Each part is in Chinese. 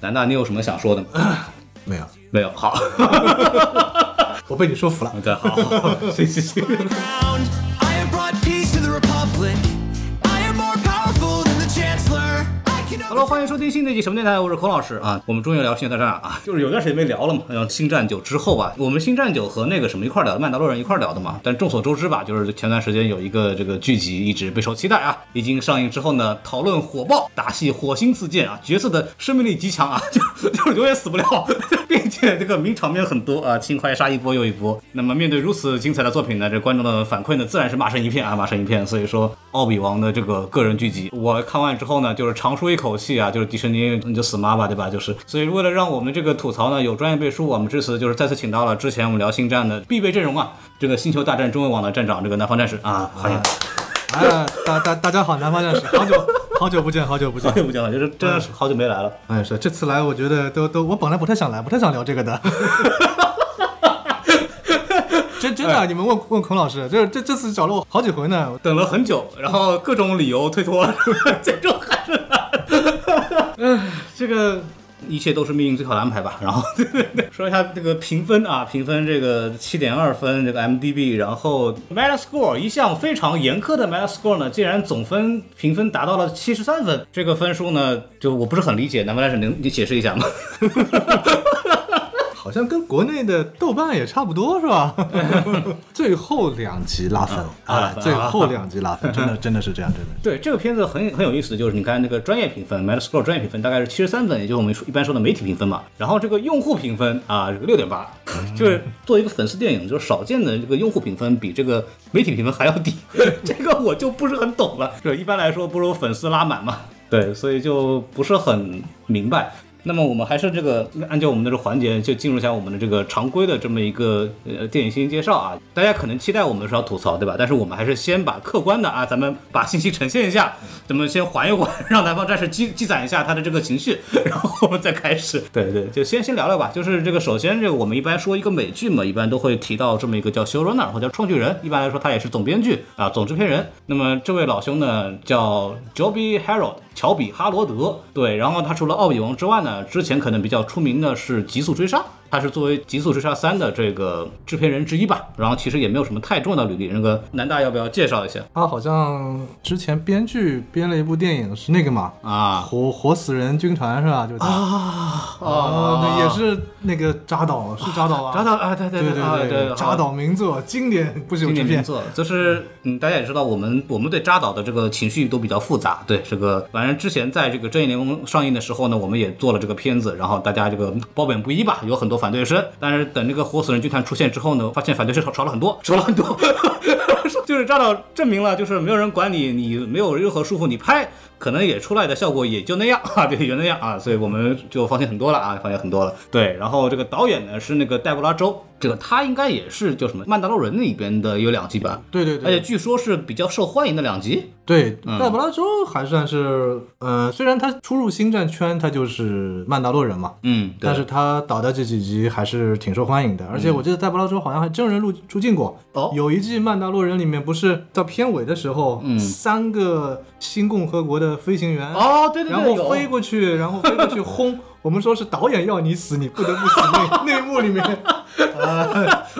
南大，你有什么想说的吗？ 没有，没有， 好，我被你说服了。对，好，好行行行。 ground. I have brought peace to the republic. I am more powerful than the chancellor. I can Hello，欢迎收听新的一期什么电台，我是孔老师啊。我们终于聊《星球大战》了啊，就是有段时间没聊了嘛，然后《星战九》之后吧，我们《星战九》和那个什么一块儿聊的《曼达洛人》一块儿聊的嘛。但众所周知吧，就是前段时间有一个这个剧集一直备受期待啊，一经上映之后呢，讨论火爆，打戏火星四溅啊，角色的生命力极强啊， 就就是永远死不了， 并且这个名场面很多啊，轻快杀一波又一波。那么面对如此精彩的作品呢，这观众的反馈呢，自然是骂声一片啊，骂声一片。所以说，奥比王的这个个人剧集，我看完之后呢，就是长舒一口气啊，就是迪士尼你就死妈吧，对吧？就是，所以为了让我们这个吐槽呢有专业背书，我们这次就是再次请到了之前我们聊星战的必备阵容啊，这个星球大战中文网的站长这个南方战士啊，欢迎。 哎，大大大家好，南方战士，好久好久不见，好久不见好。久不见了，就是真的是好久没来了。 哎，是这次来，我觉得都都，我本来不太想来，不太想聊这个的。 真真的、啊你们问问孔老师，就是这这次找了我好几回呢。等了很久，然后各种理由推脱， 最终还是来。唉，这个一切都是命运最好的安排吧。然后对对对， 说一下这个评分啊，评分这个七点二分，这个 MDB，然后 Metascore 一项非常严苛的 Metascore 呢，竟然总分评分达到了七十三分，这个分数呢，就我不是很理解，南方战士能你解释一下吗？ 好像跟国内的豆瓣也差不多，是吧？ 最后两集拉分啊拉啊，分最后两集拉分，真 的真的是这样，真的。对这个片子很很有意思，就是你看那个专业评分，Metascore 专业评分大概是七十三分，也就是我们说一般说的媒体评分嘛。然后这个用户评分啊，这个六点八， 就是做一个粉丝电影，就是少见的这个用户评分比这个媒体评分还要低，这个我就不是很懂了。这一般来说不如粉丝拉满嘛，对，所以就不是很明白。那么我们还是这个按照我们的这个环节，就进入一下我们的这个常规的这么一个呃电影信息介绍啊。大家可能期待我们是要吐槽，对吧？但是我们还是先把客观的啊，咱们把信息呈现一下，咱们先缓一 缓，让南方战士积积攒一下他的这个情绪，然后我们再开始。对对，就先先聊聊吧。就是这个，首先这个我们一般说一个美剧嘛，一般都会提到这么一个叫 showrunner 或者叫创剧人，一般来说他也是总编剧啊，总制片人。那么这位老兄呢，叫 Joby Harold。乔比哈罗德，对，然后他除了《奥比王》之外呢，之前可能比较出名的是《极速追杀》，他是作为《极速追杀三》的这个制片人之一吧。然后其实也没有什么太重要的履历，那个南大要不要介绍一下他好像之前编剧编了一部电影，是那个嘛？啊？活活死人军团是吧？就是他啊哦，对，也是那个扎导，是扎导吧？扎导啊，对对对啊对对，扎好导名作，经典不朽经之典名片。作，就是嗯，大家也知道，我们我们对扎导的这个情绪都比较复杂。对这个，反正之前在这个《正义联盟》上映的时候呢，我们也做了这个片子，然后大家这个褒贬不一吧，有很多反对声。但是等这个《活死人军团》出现之后呢，发现反对声少少了很多，少了很多。 就是扎导证明了，就是没有人管你，你没有任何束缚，你拍可能也出来的效果也就那样 啊，对，也那样啊，所以我们就放心很多了啊，放心很多了。对，然后这个导演呢是那个戴博拉州，这个他应该也是叫什么《曼达洛人》里边的有两集吧，对对而且对据说是比较受欢迎的两集。对，戴博拉州还算是呃，虽然他初入星战圈，他就是曼达洛人嘛，嗯，对但是他导的这几集还是挺受欢迎的。而且我记得戴博拉州好像还真人入出镜过，哦有一季曼达洛人里面不是到片尾的时候，三个新共和国的飞行员哦，对对 然对，后有飞过去，然后飞过去 轰。我们说是导演要你死，你不得不死 那那一幕里面，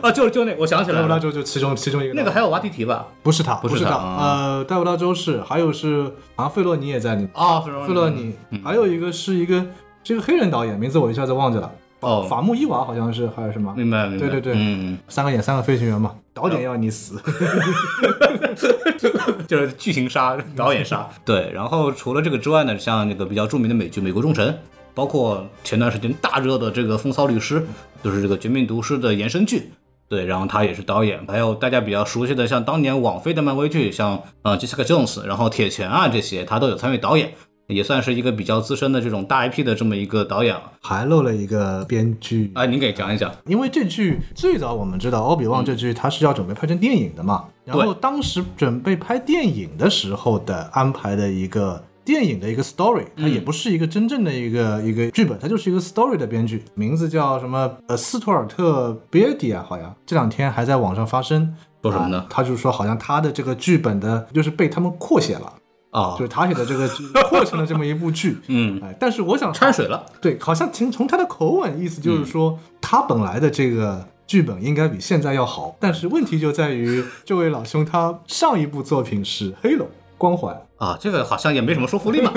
啊，就就那，我想起戴来布拉了，州就其中其中一个。那个还有挖地提吧？不是他，不是是他呃，戴布拉州是，还有是好像费洛尼也在里面，啊，费洛尼，还有一个是一个是一个黑人导演，名字我一下子忘记了，哦法穆伊娃好像是还是什么，明白明白，对对对嗯，三个演三个飞行员嘛，导演要你死， 就是剧情杀、导演杀。对，然后除了这个之外呢，像那个比较著名的美剧《美国众神》，包括前段时间大热的这个《风骚律师》，就是这个《绝命毒师》的延伸剧。对，然后他也是导演，还有大家比较熟悉的，像当年网飞的漫威剧，像呃 Jessica Jones，然后铁拳啊这些，他都有参与导演，也算是一个比较资深的这种大 IP 的这么一个导演了。还漏了一个编剧，哎，您给讲一讲。因为这剧最早我们知道《奥比嗯旺》这剧它是要准备拍成电影的嘛，然后当时准备拍电影的时候的安排的一个。电影的一个 story，它嗯也不是一个真正的一个、一个剧本，它就是一个 story 的编剧，名字叫什么？呃，斯图尔特·比尔迪啊，好像这两天还在网上发声，说什么呢啊他就说好像他的这个剧本的，就是被他们扩写了，啊就是他写的这个 扩成了这么一部剧。嗯哎，但是我想掺水了，对，好像从从他的口吻意思就是说，嗯他本来的这个剧本应该比现在要好，但是问题就在于 这位老兄他上一部作品是《黑龙 光环》，啊，这个好像也没什么说服力 嘛。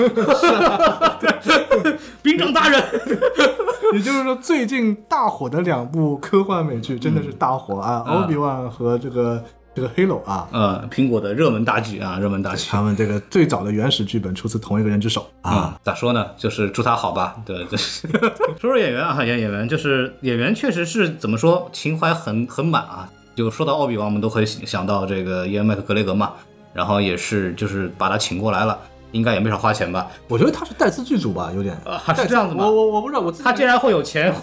兵长大人，也就是说最近大火的两部科幻美剧真的是大火啊，嗯奥比万和这个这个《黑龙》啊。呃，苹果的热门大剧啊，热门大剧。他们这个最早的原始剧本出自同一个人之手啊，啊，咋说呢？就是祝他好吧。对， 就是说说演员啊，演演员就是演员，确实是怎么说，情怀很很满啊。就说到奥比王，我们都会想到这个伊恩麦克格雷格嘛，然后也是就是把他请过来了，应该也没少花钱吧？我觉得他是带资剧组吧，有点啊，是这样子吗我？我我不知道，我自己他竟然会 有钱，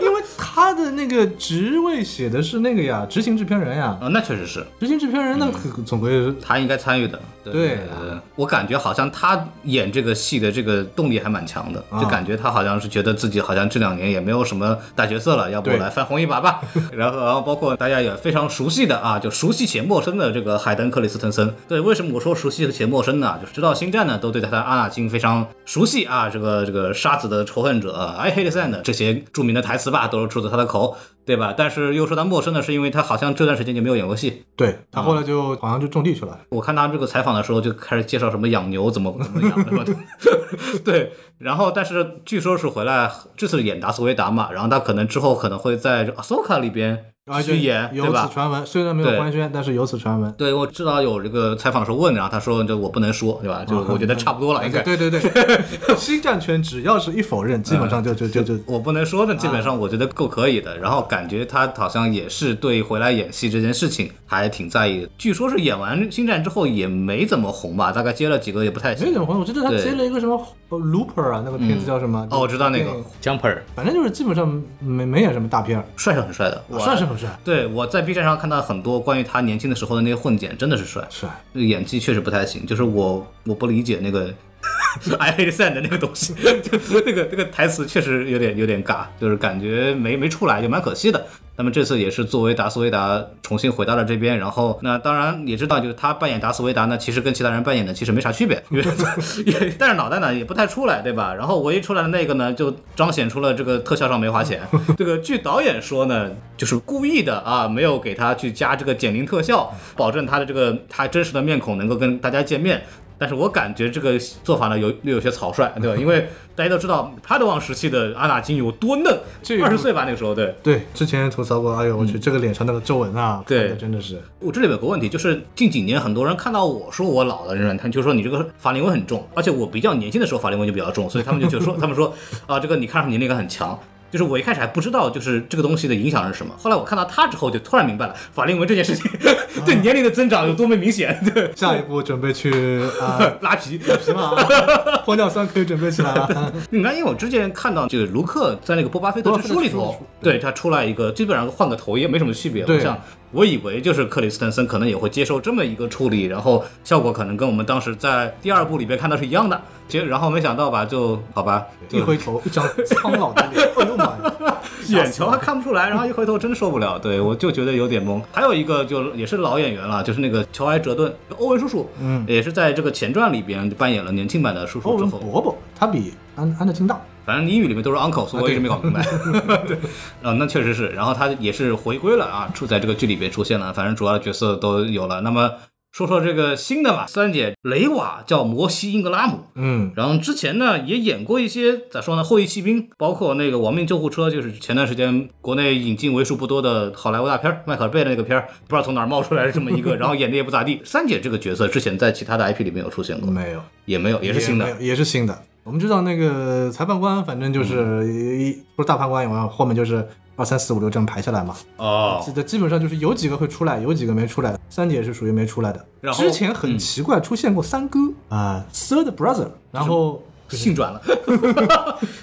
因为他的那个职位写的是那个呀，执行制片人呀，啊，那确实是执行制片人那可总归是他应该参与的。对对对对，我感觉好像他演这个戏的这个动力还蛮强的，啊就感觉他好像是觉得自己好像这两年也没有什么大角色了，要不对来翻红一把 吧。然后，然后包括大家也非常熟悉的啊，就熟悉且陌生的这个海登·克里斯滕森。对，为什么我说熟悉且陌生呢？就是知道《星战》呢，都对他的阿纳金非常熟悉啊，这个这个杀子的仇恨者啊，I hate Sand 这些著名的台词吧，都是出自他的口，对吧？但是又说他陌生呢，是因为他好像这段时间就没有演过戏，对他后来就好像就种地去了。我看他这个采访的时候，就开始介绍什么养牛怎么怎么养的， 对。然后，但是据说是回来这次演达斯维达嘛，然后他可能之后可能会在《阿索卡》里边而且去演，嗯对有吧此？传闻，虽然没有对官宣，但是有此传闻。对，我知道有这个采访的时候问，然后他说就我不能说，对吧？就我觉得差不多了，应该。啊哎对 对对，星战圈只要是一否认，基本上就就就就我不能啊说的，基本上我觉得够可以的。然后感觉他好像也是对回来演戏这件事情还挺在意的。据说是演完《星战》之后也没怎么红吧，大概接了几个也不太没行。怎么红。哎我记得他对接了一个什么呃 Looper 啊，那个片子叫什么？哦，我知道那就个电影 Jumper，反正就是基本上没没演什么大片儿，帅是很帅的，我帅是很帅，对，我在 B 站上看到很多关于他年轻的时候的那些混剪，真的是帅，帅。演技确实不太行。就是我我不理解那个 I hate sand 的那个东西，就是那个那个台词确实有点有点尬，就是感觉没没出来，就蛮可惜的。那么这次也是作为达斯维达重新回到了这边，然后那当然也知道，就是他扮演达斯维达呢，其实跟其他人扮演的其实没啥区别，因为也但是脑袋呢也不太出来，对吧？然后唯一出来的那个呢，就彰显出了这个特效上没花钱。这个据导演说呢，就是故意的啊，没有给他去加这个减龄特效，保证他的这个他真实的面孔能够跟大家见面。但是我感觉这个做法呢，有略有些草率， 对吧？因为大家都知道帕德旺时期的阿纳金有多嫩 这，个二十岁吧那个时候，对。对，之前吐槽过，哎呦我去，这个脸上那个皱纹啊，嗯对看着真的是我这里有个问题，就是近几年很多人看到我说我老了，仍然他就说你这个法令纹很重，而且我比较年轻的时候法令纹就比较重，所以他们就觉得 说他们说啊、这个你看上去年龄感很强。就是我一开始还不知道，就是这个东西的影响是什么。后来我看到他之后，就突然明白了法令纹这件事情 啊对年龄的增长有多么明显。 对，下一步准备去啊， 拉皮。什么 啊？玻尿酸可以准备起来啊了。你看，因为我之前看到就是卢克在那个《波巴菲特之书》里波巴头菲特之书，对他出来一个，基本上换个头也没什么区别。对我想，我以为就是克里斯滕森可能也会接受这么一个处理，然后效果可能跟我们当时在第二部里边看到是一样的。结然后没想到吧，就好吧，就一回头，一张苍老的 脸，哎呦妈呀！眼球还看不出来，然后一回头真受不了，对我就觉得有点懵。还有一个就也是老演员了，就是那个乔埃哲顿，欧文叔叔，嗯也是在这个前传里边扮演了年轻版的叔欧叔之文后，伯伯，他比安安德金大，反正英语里面都是 uncle，所以我啊一直没搞明白。 对，啊，那确实是。然后他也是回归了啊，出在这个剧里边出现了，反正主要的角色都有了。那么说说这个新的吧，三姐雷瓦叫摩西·英格拉姆。嗯，然后之前呢也演过一些咋说呢，后裔骑兵，包括那个《亡命救护车》，就是前段时间国内引进为数不多的好莱坞大片儿，迈克尔贝的那个片儿，不知道从哪儿冒出来的这么一个，然后演的也不咋地。三姐这个角色之前在其他的 IP 里面有出现过，没有，也没有，也是新的没有，也是新的。我们知道那个裁判官，反正就是嗯一不是大判官以外，后面就是二三四五六这样排下来嘛。哦记得基本上就是有几个会出来，有几个没出来。三姐是属于没出来的。然后嗯之前很奇怪出现过三哥啊，Third Brother，然后性 转了，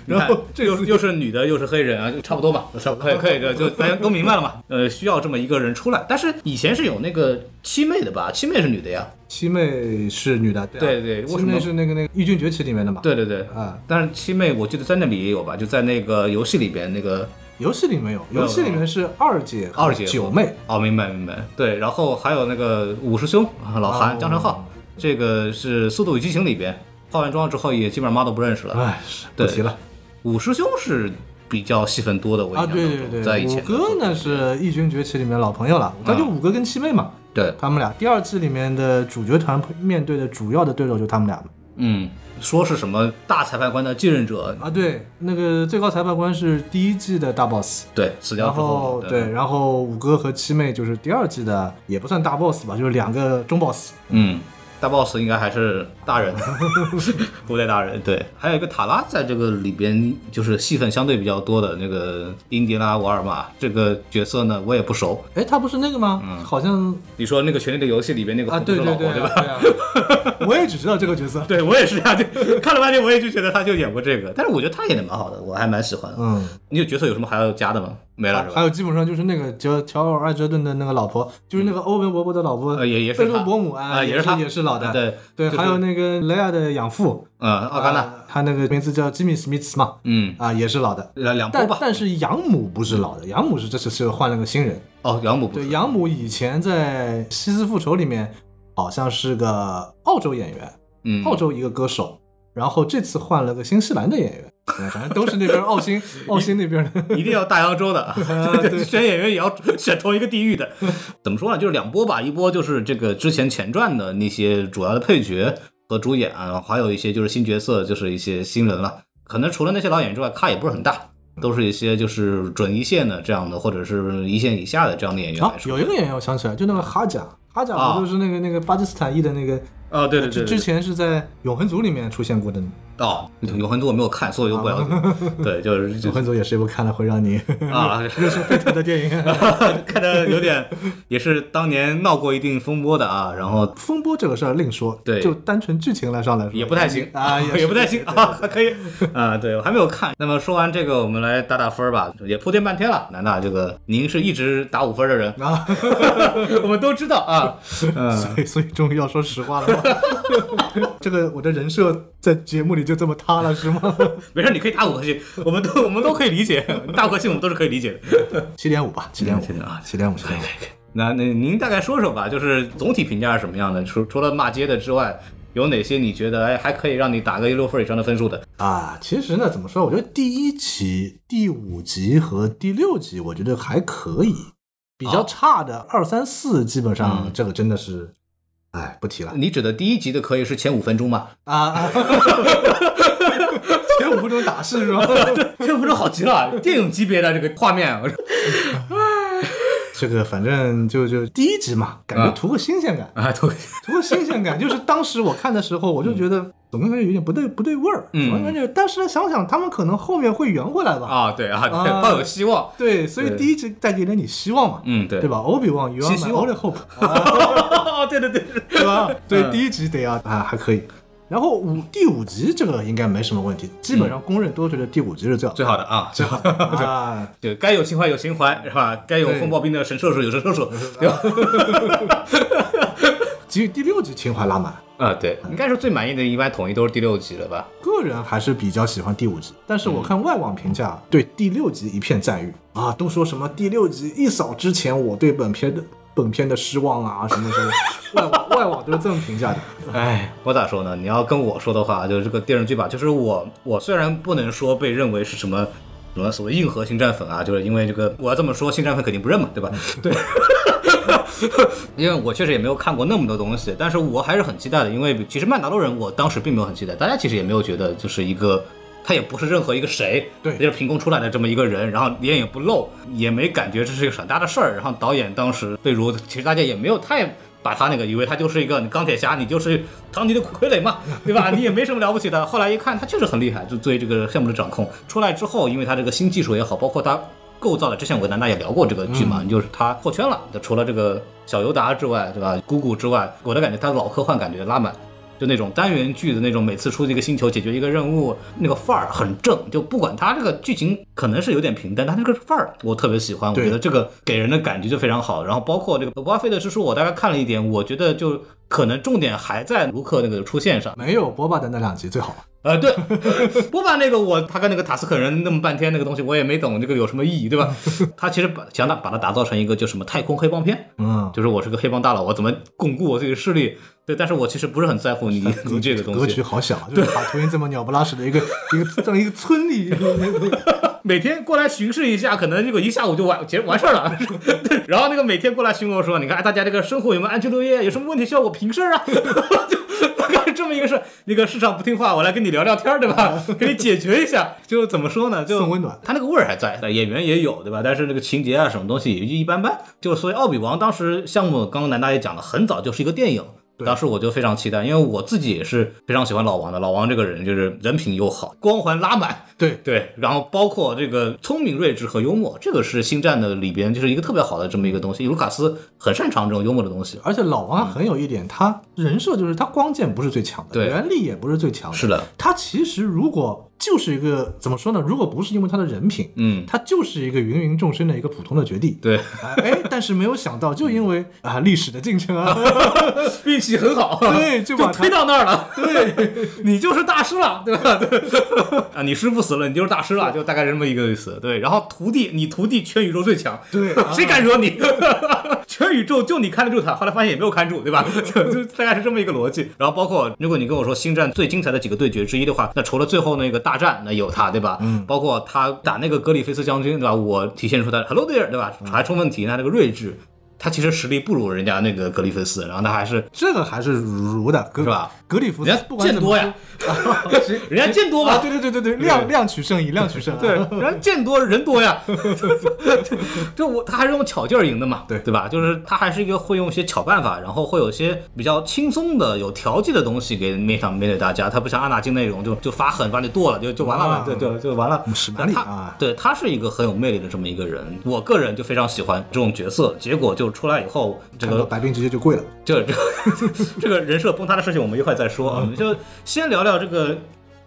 然后这又又是女的，又是黑人啊，就差不多吧，差不多，可以可以，就就大家都明白了 嘛。呃，需要这么一个人出来，但是以前是有那个七妹的吧？七妹是女的呀，七妹是女的，对对啊对为七什么妹是那个那个《异军崛起》里面的嘛。对对对，啊，但是七妹我记得在那里也有吧，就在那个游戏里边那个游戏里没有，没有游戏里面是二姐、二姐九妹，哦，明白明白，对，然后还有那个五师兄啊老韩、哦江晨浩。这个是《速度与激情》里边化完妆之后也基本上妈都不认识了。哎，是不提了五师兄是比较戏份多的，我印啊！象对当对中，对，在以五前的作哥品呢是《异军崛起》里面的老朋友了，他就嗯五哥跟七妹嘛，对，他们俩第二季里面的主角团面对的主要的对手就他们俩嘛。嗯，说是什么大裁判官的继任者，啊，对，那个最高裁判官是第一季的大 boss，对，死掉然之后嗯后，对，然后五哥和七妹就是第二季的，也不算大 boss 吧，就是两个中 boss。嗯，大 boss 应该还是大人， 古代大人。 对，还有一个塔拉在这个里边就是戏份相对比较多的那个英迪拉·瓦尔玛这个角色呢，我也不熟。哎，他不是那个吗？好像你说那个《权力的游戏》里边那个啊，红色对嗯老对婆对对吧？啊，对啊我也只知道这个角 色。对我也是这样，就看了半天，我也就觉得他就演过这个，但是我觉得他演的蛮好的，我还蛮喜欢的。嗯，啊你有角色有什么还要加的吗？没了是吧？还有基本上就是那个乔乔尔艾哲顿的那个老婆，就是那个欧文伯伯的老婆，呃也也是贝洛他伯母啊，啊也也是他也是老的，对对，就是还有那个雷亚的养父，嗯，奥甘纳，啊，他那个名字叫吉米·史密斯嘛，嗯，啊，也是老的。两两波但吧。但是养母不是老的，养母是这次是换了个新人。哦，养母不对，是，养母以前在《西斯复仇》里面好像是个澳洲演员，嗯，澳洲一个歌手，然后这次换了个新西兰的演 员，对反正都是那边澳新澳新那边的。一定要大洋洲 的，啊对选演员也要 选同一个地域的。 怎么说呢？就是两波吧，一波就是这个之前前传的那些主要的配角和主演啊，还有一些就是新角色，就是一些新人了。可能除了那些老演员之外，咖也不是很大，都是一些就是准一线的这样的，或者是一线以下的这样的演员啊来，说。有一个演员我想起来，就那个哈贾，哈贾啊不就是那个那个巴基斯坦裔的那个，啊，对对对之之前是在《永恒族》里面出现过的。哦，永恒族我没有看，所以我就不了 解。对，就是《永恒族》也是一部看了会让你 啊，热血沸腾的电影。 看的有点也是当年闹过一定风波的啊，然后风波这个事儿另说，对就单纯剧情来上来说也不太行 啊，也是不太行啊，还可以啊，对我还没有看。那么说完这个，我们来打打分儿吧，也铺垫半天了。南大这个您是一直打五分的 人， 啊，我们都知道啊。嗯， 所以所以终于要说实话了 吗？这个我的人设在节目里就这么塌了是吗？没事，你可以打五颗星，我们都我们都可以理解， 大颗星我们都是可以理解的。七点五吧，七点五， 7.5啊七点五，七点五。那那您大概说说吧，就是总体评价是什么样的？除除了骂街的之外，有哪些你觉得哎还可以让你打个六分以上的分数的？啊，其实呢，怎么说？我觉得第一集、第五集和第六集，我觉得还可以。比较差的二三四，基本上嗯这个真的是，哎，不提了你指的第一集的可以是前五分钟吗？啊啊！ 前五分钟打是是吧？ 前五分钟好极了，电影级别的这个画 面啊， 这个反正就就第一集嘛，感觉图个新鲜感，啊，都图个新鲜感。就是当时我看的时候，我就觉得总感觉有点不对不对味儿，嗯总感觉。但是呢，想想他们可能后面会圆回来吧。啊，对啊，对啊抱有希望。对，所以对第一集带给了你希望嘛，嗯，对，对吧？欧比啊旺 You are 新希 my 望 only hope，哦， 对对对，对吧？对，嗯第一集得要啊还可以。然后五第五集这个应该没什么问题，基本上公认都觉得第五集是最好最好的啊，嗯最好的啊。对，该有情怀有情怀是吧？该有对风暴兵的神射手有神射手，对吧？第第六集情怀拉满， 啊，对，应该是最满意的，一般统一都是第六集了吧？个人还是比较喜欢第五集，但是我看外网评价对第六集一片赞誉啊，都说什么第六集一扫之前我对本片的本片的失望啊什么什么， 外网外网都是这么评价的。哎，我咋说呢？你要跟我说的话，就是这个电视剧吧，就是我，我虽然不能说被认为是什么。什么所谓硬核星战粉啊，就是因为这个，我要这么说，星战粉肯定不认嘛，对吧？对， 因为我确实也没有看过那么多东西，但是我还是很期待的，因为其实《曼达洛人》我当时并没有很期待，大家其实也没有觉得就是一个，他也不是任何一个谁，对就是凭空出来的这么一个人，然后脸也不露，也没感觉这是一个很大的事儿。然后导演当时费如，其实大家也没有太把他那个，以为他就是一个钢铁侠，你就是长期的傀儡嘛，对吧？你也没什么了不起的。后来一看，他确实很厉害，就对这个项目的掌控。出来之后，因为他这个新技术也好，包括他构造的，之前我跟南大也聊过这个剧嘛，就是他破圈了，除了这个小尤达之外，对吧？姑姑之外，我的感觉他老科幻感觉拉满。就那种单元剧的那种，每次出一个星球解决一个任务，那个范儿很正。就不管它这个剧情可能是有点平淡，但它这个范儿我特别喜欢，我对觉得这个给人的感觉就非常好。然后包括这个巴菲特之书，我大概看了一点，我觉得就可能重点还在卢克那个出现上。没有波霸的那两集最好，呃，对， 波霸那个我他跟那个塔斯克人弄半天那个东西，我也没懂这个有什么意义，对吧？他其实把想打把它打造成一个就什么太空黑帮片，嗯，就是我是个黑帮大佬，我怎么巩固我自己的势力？对，但是我其实不是很在乎你 你这个东 格局西。好小，就是把秃鹰这么鸟不拉屎的一个一个这么一个村里， 每天过来巡视一下，可能这个一下午就完结完事儿了。 然后那个每天过来询问我说：“你看，哎大家这个生活有没有安居乐业？有什么问题需要我评事儿啊？” 就大概是这么一个事儿。那个市场不听话，我来跟你聊聊天儿，对吧？给你解决一下。就怎么说呢？就啊送温暖他那个味儿还在，演员也有，对吧？但是那个情节啊，什么东西也就一般般。就所以《奥比王》当时项目，刚刚南大也讲了，很早就是一个电影。对当时我就非常期待，因为我自己也是非常喜欢老王的。老王这个人就是人品又好，光环拉满，对，对，然后包括这个聪明、睿智和幽默，这个是《星战》的里边就是一个特别好的这么一个东西。卢卡斯很擅长这种幽默的东西。而且老王很有一点，他人设就是他光剑不是最强的，对原力也不是最强的，是的，他其实如果就是一个怎么说呢？如果不是因为他的人品，嗯，他就是一个芸芸众生的一个普通的绝地。对，哎，哎但是没有想到，就 因为啊历史的进程啊，运气很好， 对就就把他推到那儿了。 对，你就是大师了，对吧？对 啊，你师傅死了，你就是大师了，就大概是这么一个意思。对，然后徒弟，你徒弟全宇宙最强，对 谁敢惹你？ 全宇宙就你看得住他，后来发现也没有看啊住，对吧？就 就大概是这么一个逻辑。然后包括如果你跟我说星战最精彩的几个对决之一的话，那除了最后那个大战，那有他，对吧？嗯，包括他打那个格里菲斯将军，对吧？我体现出他 Hello there，对吧？还出问题，他那个睿智。他其实实力不如人家那个格里菲斯，然后他还是这个还是如的，格是吧？格里夫斯人家不管怎么见说，啊行人家见 多 啊，吧？对对对对对，量量取胜一量取胜啊，对， 人家见多人多呀， 就我他还是用巧劲儿赢的嘛，对对吧？就是他还是一个会用一些巧办法，然后会有一些比较轻松的、有调剂的东西给面上面对大家。他不像阿纳金那种就就发狠把你剁了就就完了嘛啊，对对就完了。史那丹利他啊，对他是一个很有魅力的这么一个人，我个人就非常喜欢这种角色。结果就出来以后，这看到个白冰直接就跪了。这 这这个人设崩塌的事情，我们一会儿再说啊。我嗯们就先聊聊这个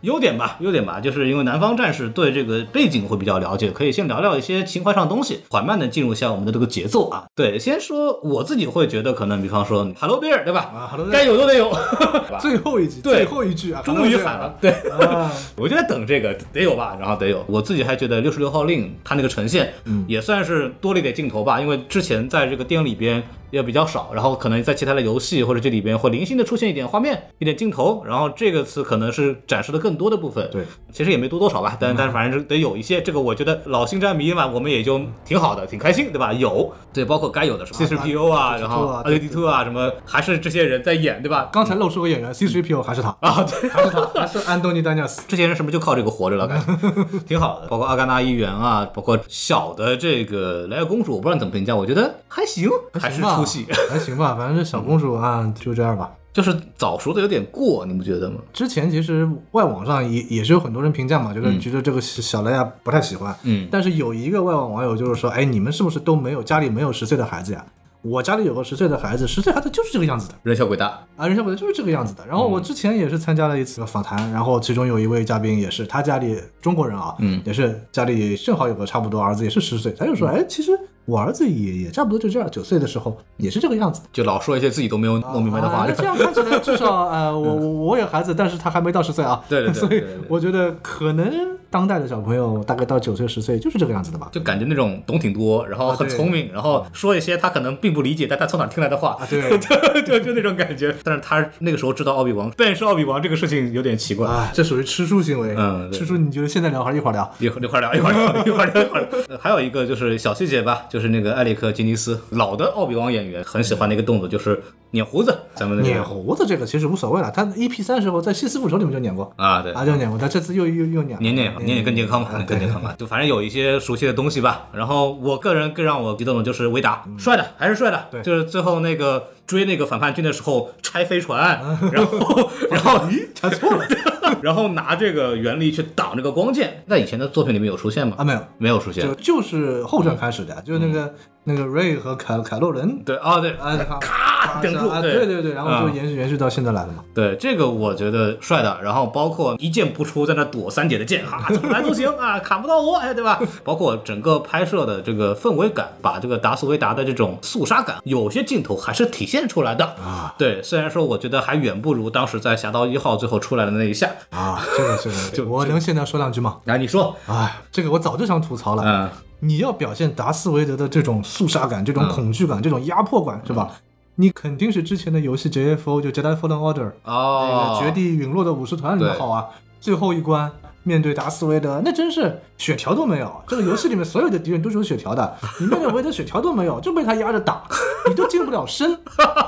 优点吧，优点吧，就是因为南方战士对这个背景会比较了解，可以先聊聊一些情怀上的东西，缓慢的进入一下我们的这个节奏啊。对，先说我自己会觉得，可能比方说 Hello Bear 对吧？啊，Hello Bear 该有都得有， 最后一集，对最后一句啊，终于喊了，对。反正这样啊， 我就在等这个得有吧，然后得有。我自己还觉得六十六号令它那个呈现，也算是多了一点镜头吧，因为之前在这个电影里边也比较少，然后可能在其他的游戏或者这里边会零星的出现一点画面、一点镜头，然后这个次可能是展示的更多的部分。对，其实也没多多少吧，但但是反正是得有一些。这个我觉得老星战迷嘛，我们也就挺好的，挺开心，对吧？有，对，包括该有的是 C 3 P O 啊，对然后 R2D2 R 2 D 2啊，什么还是这些人在演，对吧？刚才露出个演员 C 3 P O 还是他，啊，对。还是 他，还是安东尼丹尼尔斯。这些人是不是就靠这个活着了？感 觉挺好的，包括阿甘娜议员啊，包括小的这个莱娅公主，我不知道你怎么评价，我觉得还行，还是行吧出戏， 还行吧，反正这小公主啊，就这样吧。就是早熟的有点过，你不觉得吗？之前其实外网上也也是有很多人评价嘛，觉得嗯觉得这个小莱娅不太喜欢。嗯但是有一个外网网友就是说，哎，你们是不是都没有家里没有十岁的孩子呀？我家里有个十岁的孩子，十岁孩子就是这个样子的人小鬼大，啊，人小鬼就是这个样子的。然后嗯我之前也是参加了一次访谈，然后其中有一位嘉宾也是，他家里中国人啊，嗯也是家里正好有个差不多儿子，也是十岁，他就说，哎，其实我儿子也也差不多就这样，九岁的时候也是这个样子。就老说一些自己都没有弄明白的话嗯啊。那这样看起来，至少呃，我我我有孩子，但是他还没到十岁啊。对对对对对 所以我觉得可能当代的小朋友大概到九岁十岁就是这个样子的吧。就感觉那种懂挺多，然后很聪明，然后说一些他可能并不理解，但他从哪儿听来的话，啊对就 就就那种感觉。但是他那个时候知道奥比王，但是奥比王这个事情有点奇怪，啊，这属于吃书行为。嗯对吃书，你觉得现在聊还是一会儿聊？一会儿一会儿聊，一会儿聊，一会儿聊，一 会儿聊。呃还有一个就是小细节吧，就是那个埃里克基尼斯，老的奥比王演员很喜欢的一个动作，就是捻胡子。咱们那撵个胡子这个其实无所谓了，他 EP 三时候在《西斯复仇》里面就撵过，啊，对，啊就撵过，他这次又又又撵了。捻捻捻捻更健康嘛，啊更健康嘛，就反正有一些熟悉的东西吧。然后我个人更让我激动的就是维达，帅的还是帅的，嗯对就是最后那个追那个反叛军的时候拆飞船，啊然 后然后咦拆错了， 然后拿这个原力去挡这个光剑，在以前的作品里面有出现吗？啊没有，没有出现就。就是后传开始的，就是那个那个 Ray 和凯凯洛人嗯对啊，对啊，咔顶住啊，对对对对，然后嗯就延续延续到现在来了嘛。对这个我觉得帅的，然后包括一剑不出，在那躲三姐的剑，啊，怎么来都行啊，砍不到我，哎，对吧？包括整个拍摄的这个氛围感，把这个达斯维达的这种肃杀感，有些镜头还是体现出来的啊。对，虽然说我觉得还远不如当时在《侠盗一号》最后出来的那一下。啊，这个这个， 就我能现在说两句吗？来，你说，哎，这个我早就想吐槽了。嗯，嗯你要表现达斯维德的这种肃杀感、这种恐惧感、这种压迫感，是吧？你肯定是之前的游戏 JFO 就 Jedi Fallen Order 哦那，个绝地陨落的武士团里面对好啊，最后一关面对达斯维德，那真是血条都没有。这个游戏里面所有的敌人都是有血条的，你面对维德血条都没有，就被他压着打，你都近不了身。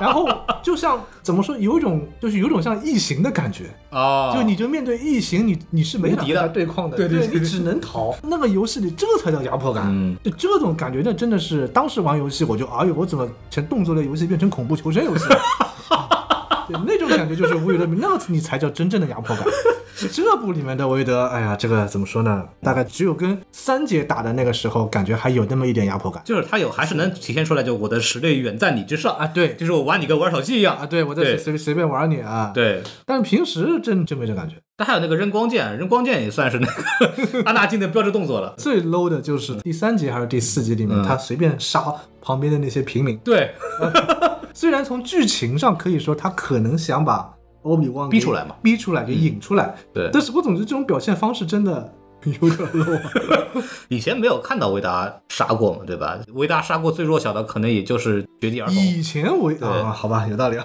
然后就像怎么说，有一种就是有一种像异形的感觉，哦，就你就面对异形，你你是没无法敌跟的他对抗的，对对对对对你只能逃。那个游戏里这才叫压迫感，嗯就这种感觉，那真的是当时玩游戏我就哎呦，我怎么从动作类游戏变成恐怖求生游 戏了？对，那种感觉就是无与伦比，那个你才叫真正的压迫感。这部里面的韦德，哎呀，这个怎么说呢？大概只有跟三姐打的那个时候，感觉还有那么一点压迫感。就是他有还是能体现出来，就我的实力远在你之上啊对就是我玩你跟玩手机一样啊，对我在对随随便玩你啊，，对。但是平时真真没这感觉。但还有那个扔光剑，扔光剑也算是那个 阿纳金的标志动作了。最 low 的就是第三集还是第四集里面，嗯他随便杀旁边的那些平民。对，虽然从剧情上可以说他可能想把欧比旺给逼出来嘛，逼出来给引出来，对但是我总觉得这种表现方式真的 有点 low 啊。以前没有看到维达杀过嘛，对吧？维达杀过最弱小的，可能也就是绝地儿童。以前我啊，好吧，有道理啊。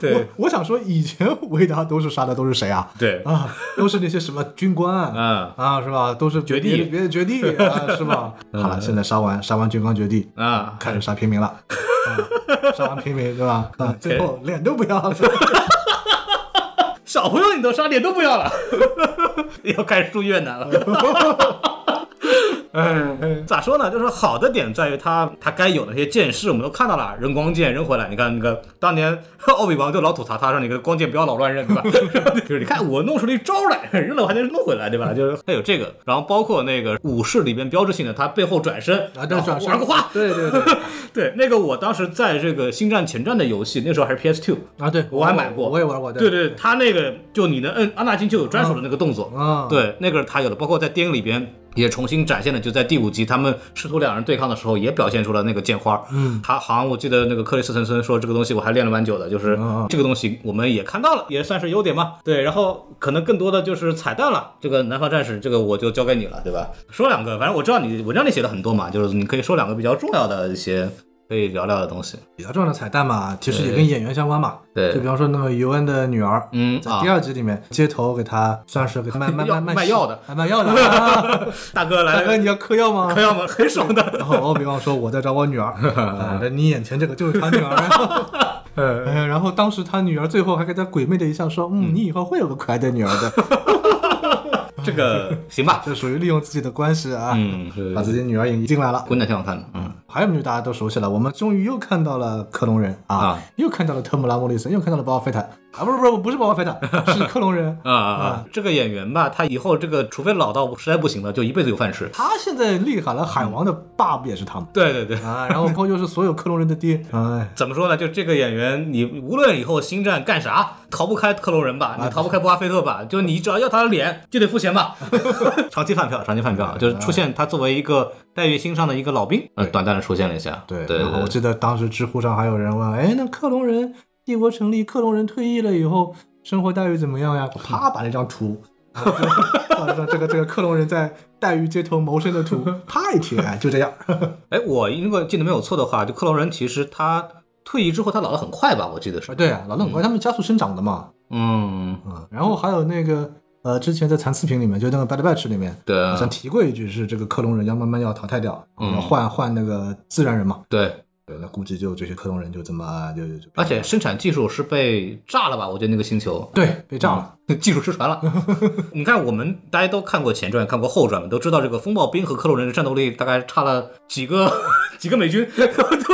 对我我想说，以前维达都是杀的都是谁啊？对，啊，都是那些什么军官啊，嗯啊是吧？都是绝别地嗯别的绝地 啊，是吧？好了，现在杀完杀完军官绝地，啊，开始杀平民 了，啊，杀完平民 对吧？啊，最后脸都不要 了，小朋友你都杀，脸都不要了， 要开始住院 难了。哎，咋说呢？就是好的点在于他他该有的那些剑士，我们都看到了，扔光剑扔回来。你看那个当年呃奥比王就老吐槽他说：“你个光剑不要老乱扔，对吧？” 就是你看我弄出了一招来，扔了我还能弄回来，对吧？就是他有这个，然后包括那个武士里边标志性的，他背后转身，啊，然对，后转身玩个花，对对对， 对，那个我当时在这个《星战前传》的游戏，那时候还是 PS Two，啊，对我还买过，我也玩过，对对，他那个就你能摁阿纳金就有专属的那个动作，啊，对，那个他有的，包括在电影里边也重新展现了，就在第五集他们师徒两人对抗的时候，也表现出了那个剑花。嗯，他好像我记得那个克里斯滕森说这个东西我还练了蛮久的，就是嗯嗯这个东西我们也看到了，也算是优点嘛。对，然后可能更多的就是彩蛋了。这个南方战士这个我就交给你了，对吧？说两个，反正我知道你文章里写的很多嘛，就是你可以说两个比较重要的一些可以聊聊的东西。比较重要的彩蛋嘛，其实也跟演员相关嘛，对就比方说那个尤恩的女儿。嗯在啊第，二集里面，街头给他算是给 他卖卖药卖卖卖药的啊卖药的。 啊大哥来大哥，了，你要嗑药 吗朋？友们很爽的。然后奥比方说我在找我女 儿，啊，那你眼前这个就是他女儿。 哎然后当时他女儿最后还给他鬼魅的一笑说，嗯，你以后会有个可爱的女儿的，这 个行吧，这属于利用自己的关系啊，嗯，是把自己女儿引进来了。滚蛋挺好看的，嗯，还有就是大家都熟悉了，我们终于又看到了克隆人啊，啊又看到了特姆拉莫里森，又看到了鲍尔菲特啊，不是不是不是鲍尔菲特， 是克隆人。啊啊啊！这个演员吧，他以后这个除非老到实在不行了，就一辈子有饭吃。他现在厉害了，海王的爸不也是他吗？对对对，啊，然后包括就是所有克隆人的爹，哎， 怎么说呢？就这个演员，你无论以后星战干啥，逃不开克隆人吧，你逃不开巴菲特吧，就你只要要他的脸，就得付钱吧。 长期饭票，长期饭票，啊就是出现他作为一个待遇新上的一个老兵，呃，短暂的出现了一下。对，对然后我对，记得当时知乎上还有人问，哎，那克隆人帝国成立，克隆人退役了以后生活待遇怎么样呀？我啪把那张图， 啊这这个这个克隆人在待遇街头谋生的图，啪一贴，哎就这样。哎，我如果记得没有错的话，就克隆人其实他退役之后，他老得很快吧？我记得是啊，。对啊，老邓很快，他们加速生长的嘛。嗯，啊，然后还有那个呃，之前在残次品里面，就那个 Bad Batch 里面，对好啊像提过一句是这个克隆人要慢慢要淘汰掉，嗯要换换那个自然人嘛。对，对，那估计就这些克隆人就这么就就就，而且生产技术是被炸了吧？我觉得那个星球。 对被炸了。嗯，技术失传 了。你看，我们大家都看过前传，看过后传嘛，都知道这个风暴兵和克隆人的战斗力大概差了几个 几个美军，就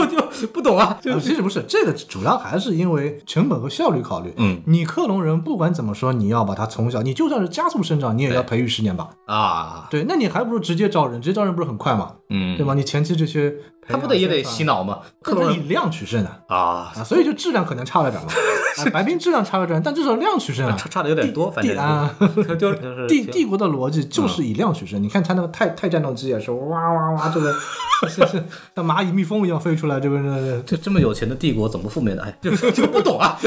就不懂啊。就啊其实不是，这个主要还是因为成本和效率考虑。嗯你克隆人不管怎么说，你要把它从小，你就算是加速生长，你也要培育十年吧？啊，对，那你还不如直接招人，直接招人不是很快嘛？嗯，对吧？？啊你前期这些培他养，不得也得宣传洗脑吗？克但隆是人以量取胜啊。啊，啊，所以就质量可能差了 点嘛，啊、白冰质量差了点，但至少量取胜啊。差差的有点多，反帝正啊， 就就是嗯啊帝帝国的逻辑就是以量取胜。你看他那个泰泰战斗机也是哇哇哇，这个 是是像蚂蚁、蜜蜂一样飞出来，这个这这么有钱的帝国怎么不付美呢？哎，这个这个不懂啊，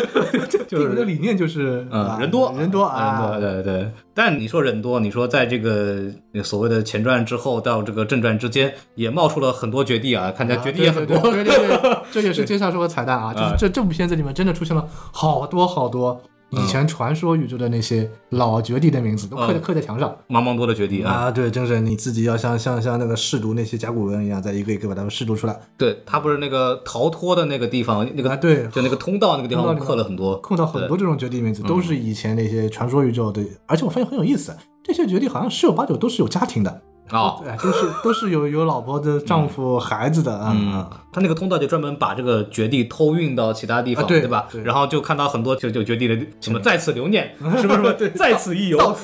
这就帝国的是理念就是嗯啊，人多人多啊，啊，人多对对。但你说人多，你说在这个所谓的前传之后到这个正传之间，也冒出了很多绝地啊，看起来绝地也很多。嗯对对对 对对，这也是接下来说的彩蛋啊，就是这这部片子里面真的出现了好多好多以前传说宇宙的那些老绝地的名字，都刻在嗯刻在墙上茫茫多的绝地啊，啊。对，真是你自己要像像像那个试读那些甲骨文一样，再一个一个把它们试读出来。对他不是那个逃脱的那个地方，那个啊对就那个通道那个地通道方里面刻了很多，碰到很多这种绝地名字，都嗯是以前那些传说宇宙的，而且我发现很有意思，这些绝地好像十有八九都是有家庭的，啊。对，都是都是有有老婆的、丈夫、孩子的啊。嗯啊，他那个通道就专门把这个绝地偷运到其他地方，啊对吧对然后就看到很多就就绝地的 什么在此留念，什么什么在此一游，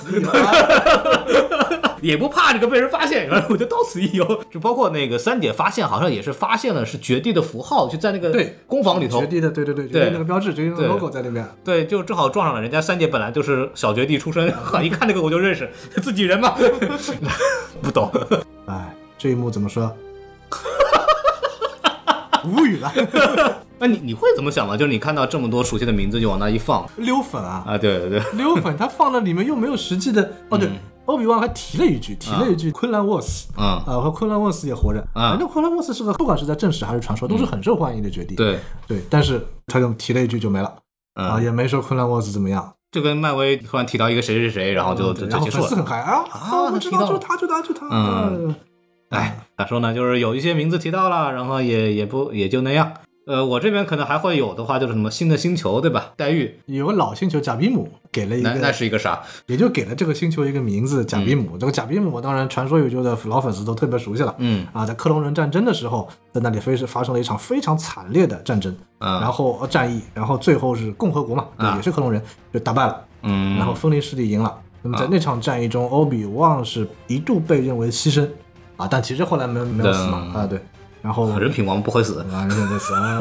也不怕这个被人发现，然后 我就到此一游。就包括那个三姐发现，好像也是发现了是绝地的符号，就在那个对工坊里头绝。地的，对对对，绝地那个标志，绝地那个对 logo 在那边。对，就正好撞上了。人家三姐本来就是小绝地出身， 一看那个我就认识，自己人嘛， 不懂。哎，这一幕怎么说？ 无语了， 那你你会怎么想嘛？就是你看到这么多熟悉的名字就往那一放溜粉啊，啊，对对对，溜粉，他放到里面又没有实际的。哦，对，奥比旺还提了一句，提了一句昆兰沃斯。啊嗯，啊，和昆兰沃斯也活着。啊嗯反正昆兰沃斯是个，不管是在正史还是传说，都是很受欢迎的绝地。对，对，但是他就提了一句就没了啊，嗯，也没说昆兰沃斯怎么样，就跟漫威突然提到一个谁谁谁，然后哦就嗯就对然就后结粉束丝了。很嗨啊啊，我知提道，到就他，就他，就他。嗯呃，哎，咋说呢？就是有一些名字提到了，然后也也不也就那样。呃，我这边可能还会有的话，就是什么新的星球，对吧？黛玉，有个老星球贾比姆给了一那那个，是一个啥？也就给了这个星球一个名嗯字贾比姆。这个贾比姆，当然传说宇宙的老粉丝都特别熟悉了。嗯啊，在克隆人战争的时候，在那里非是发生了一场非常惨烈的战争，啊然后呃战役，然后最后是共和国嘛，对啊也是克隆人就打败了，嗯，啊然后分离势力赢了。那么在那场战役中，欧比旺是一度被认为牺牲啊，但其实后来没没有死嘛嗯啊，对。然后人品王不会死。啊，人没死啊。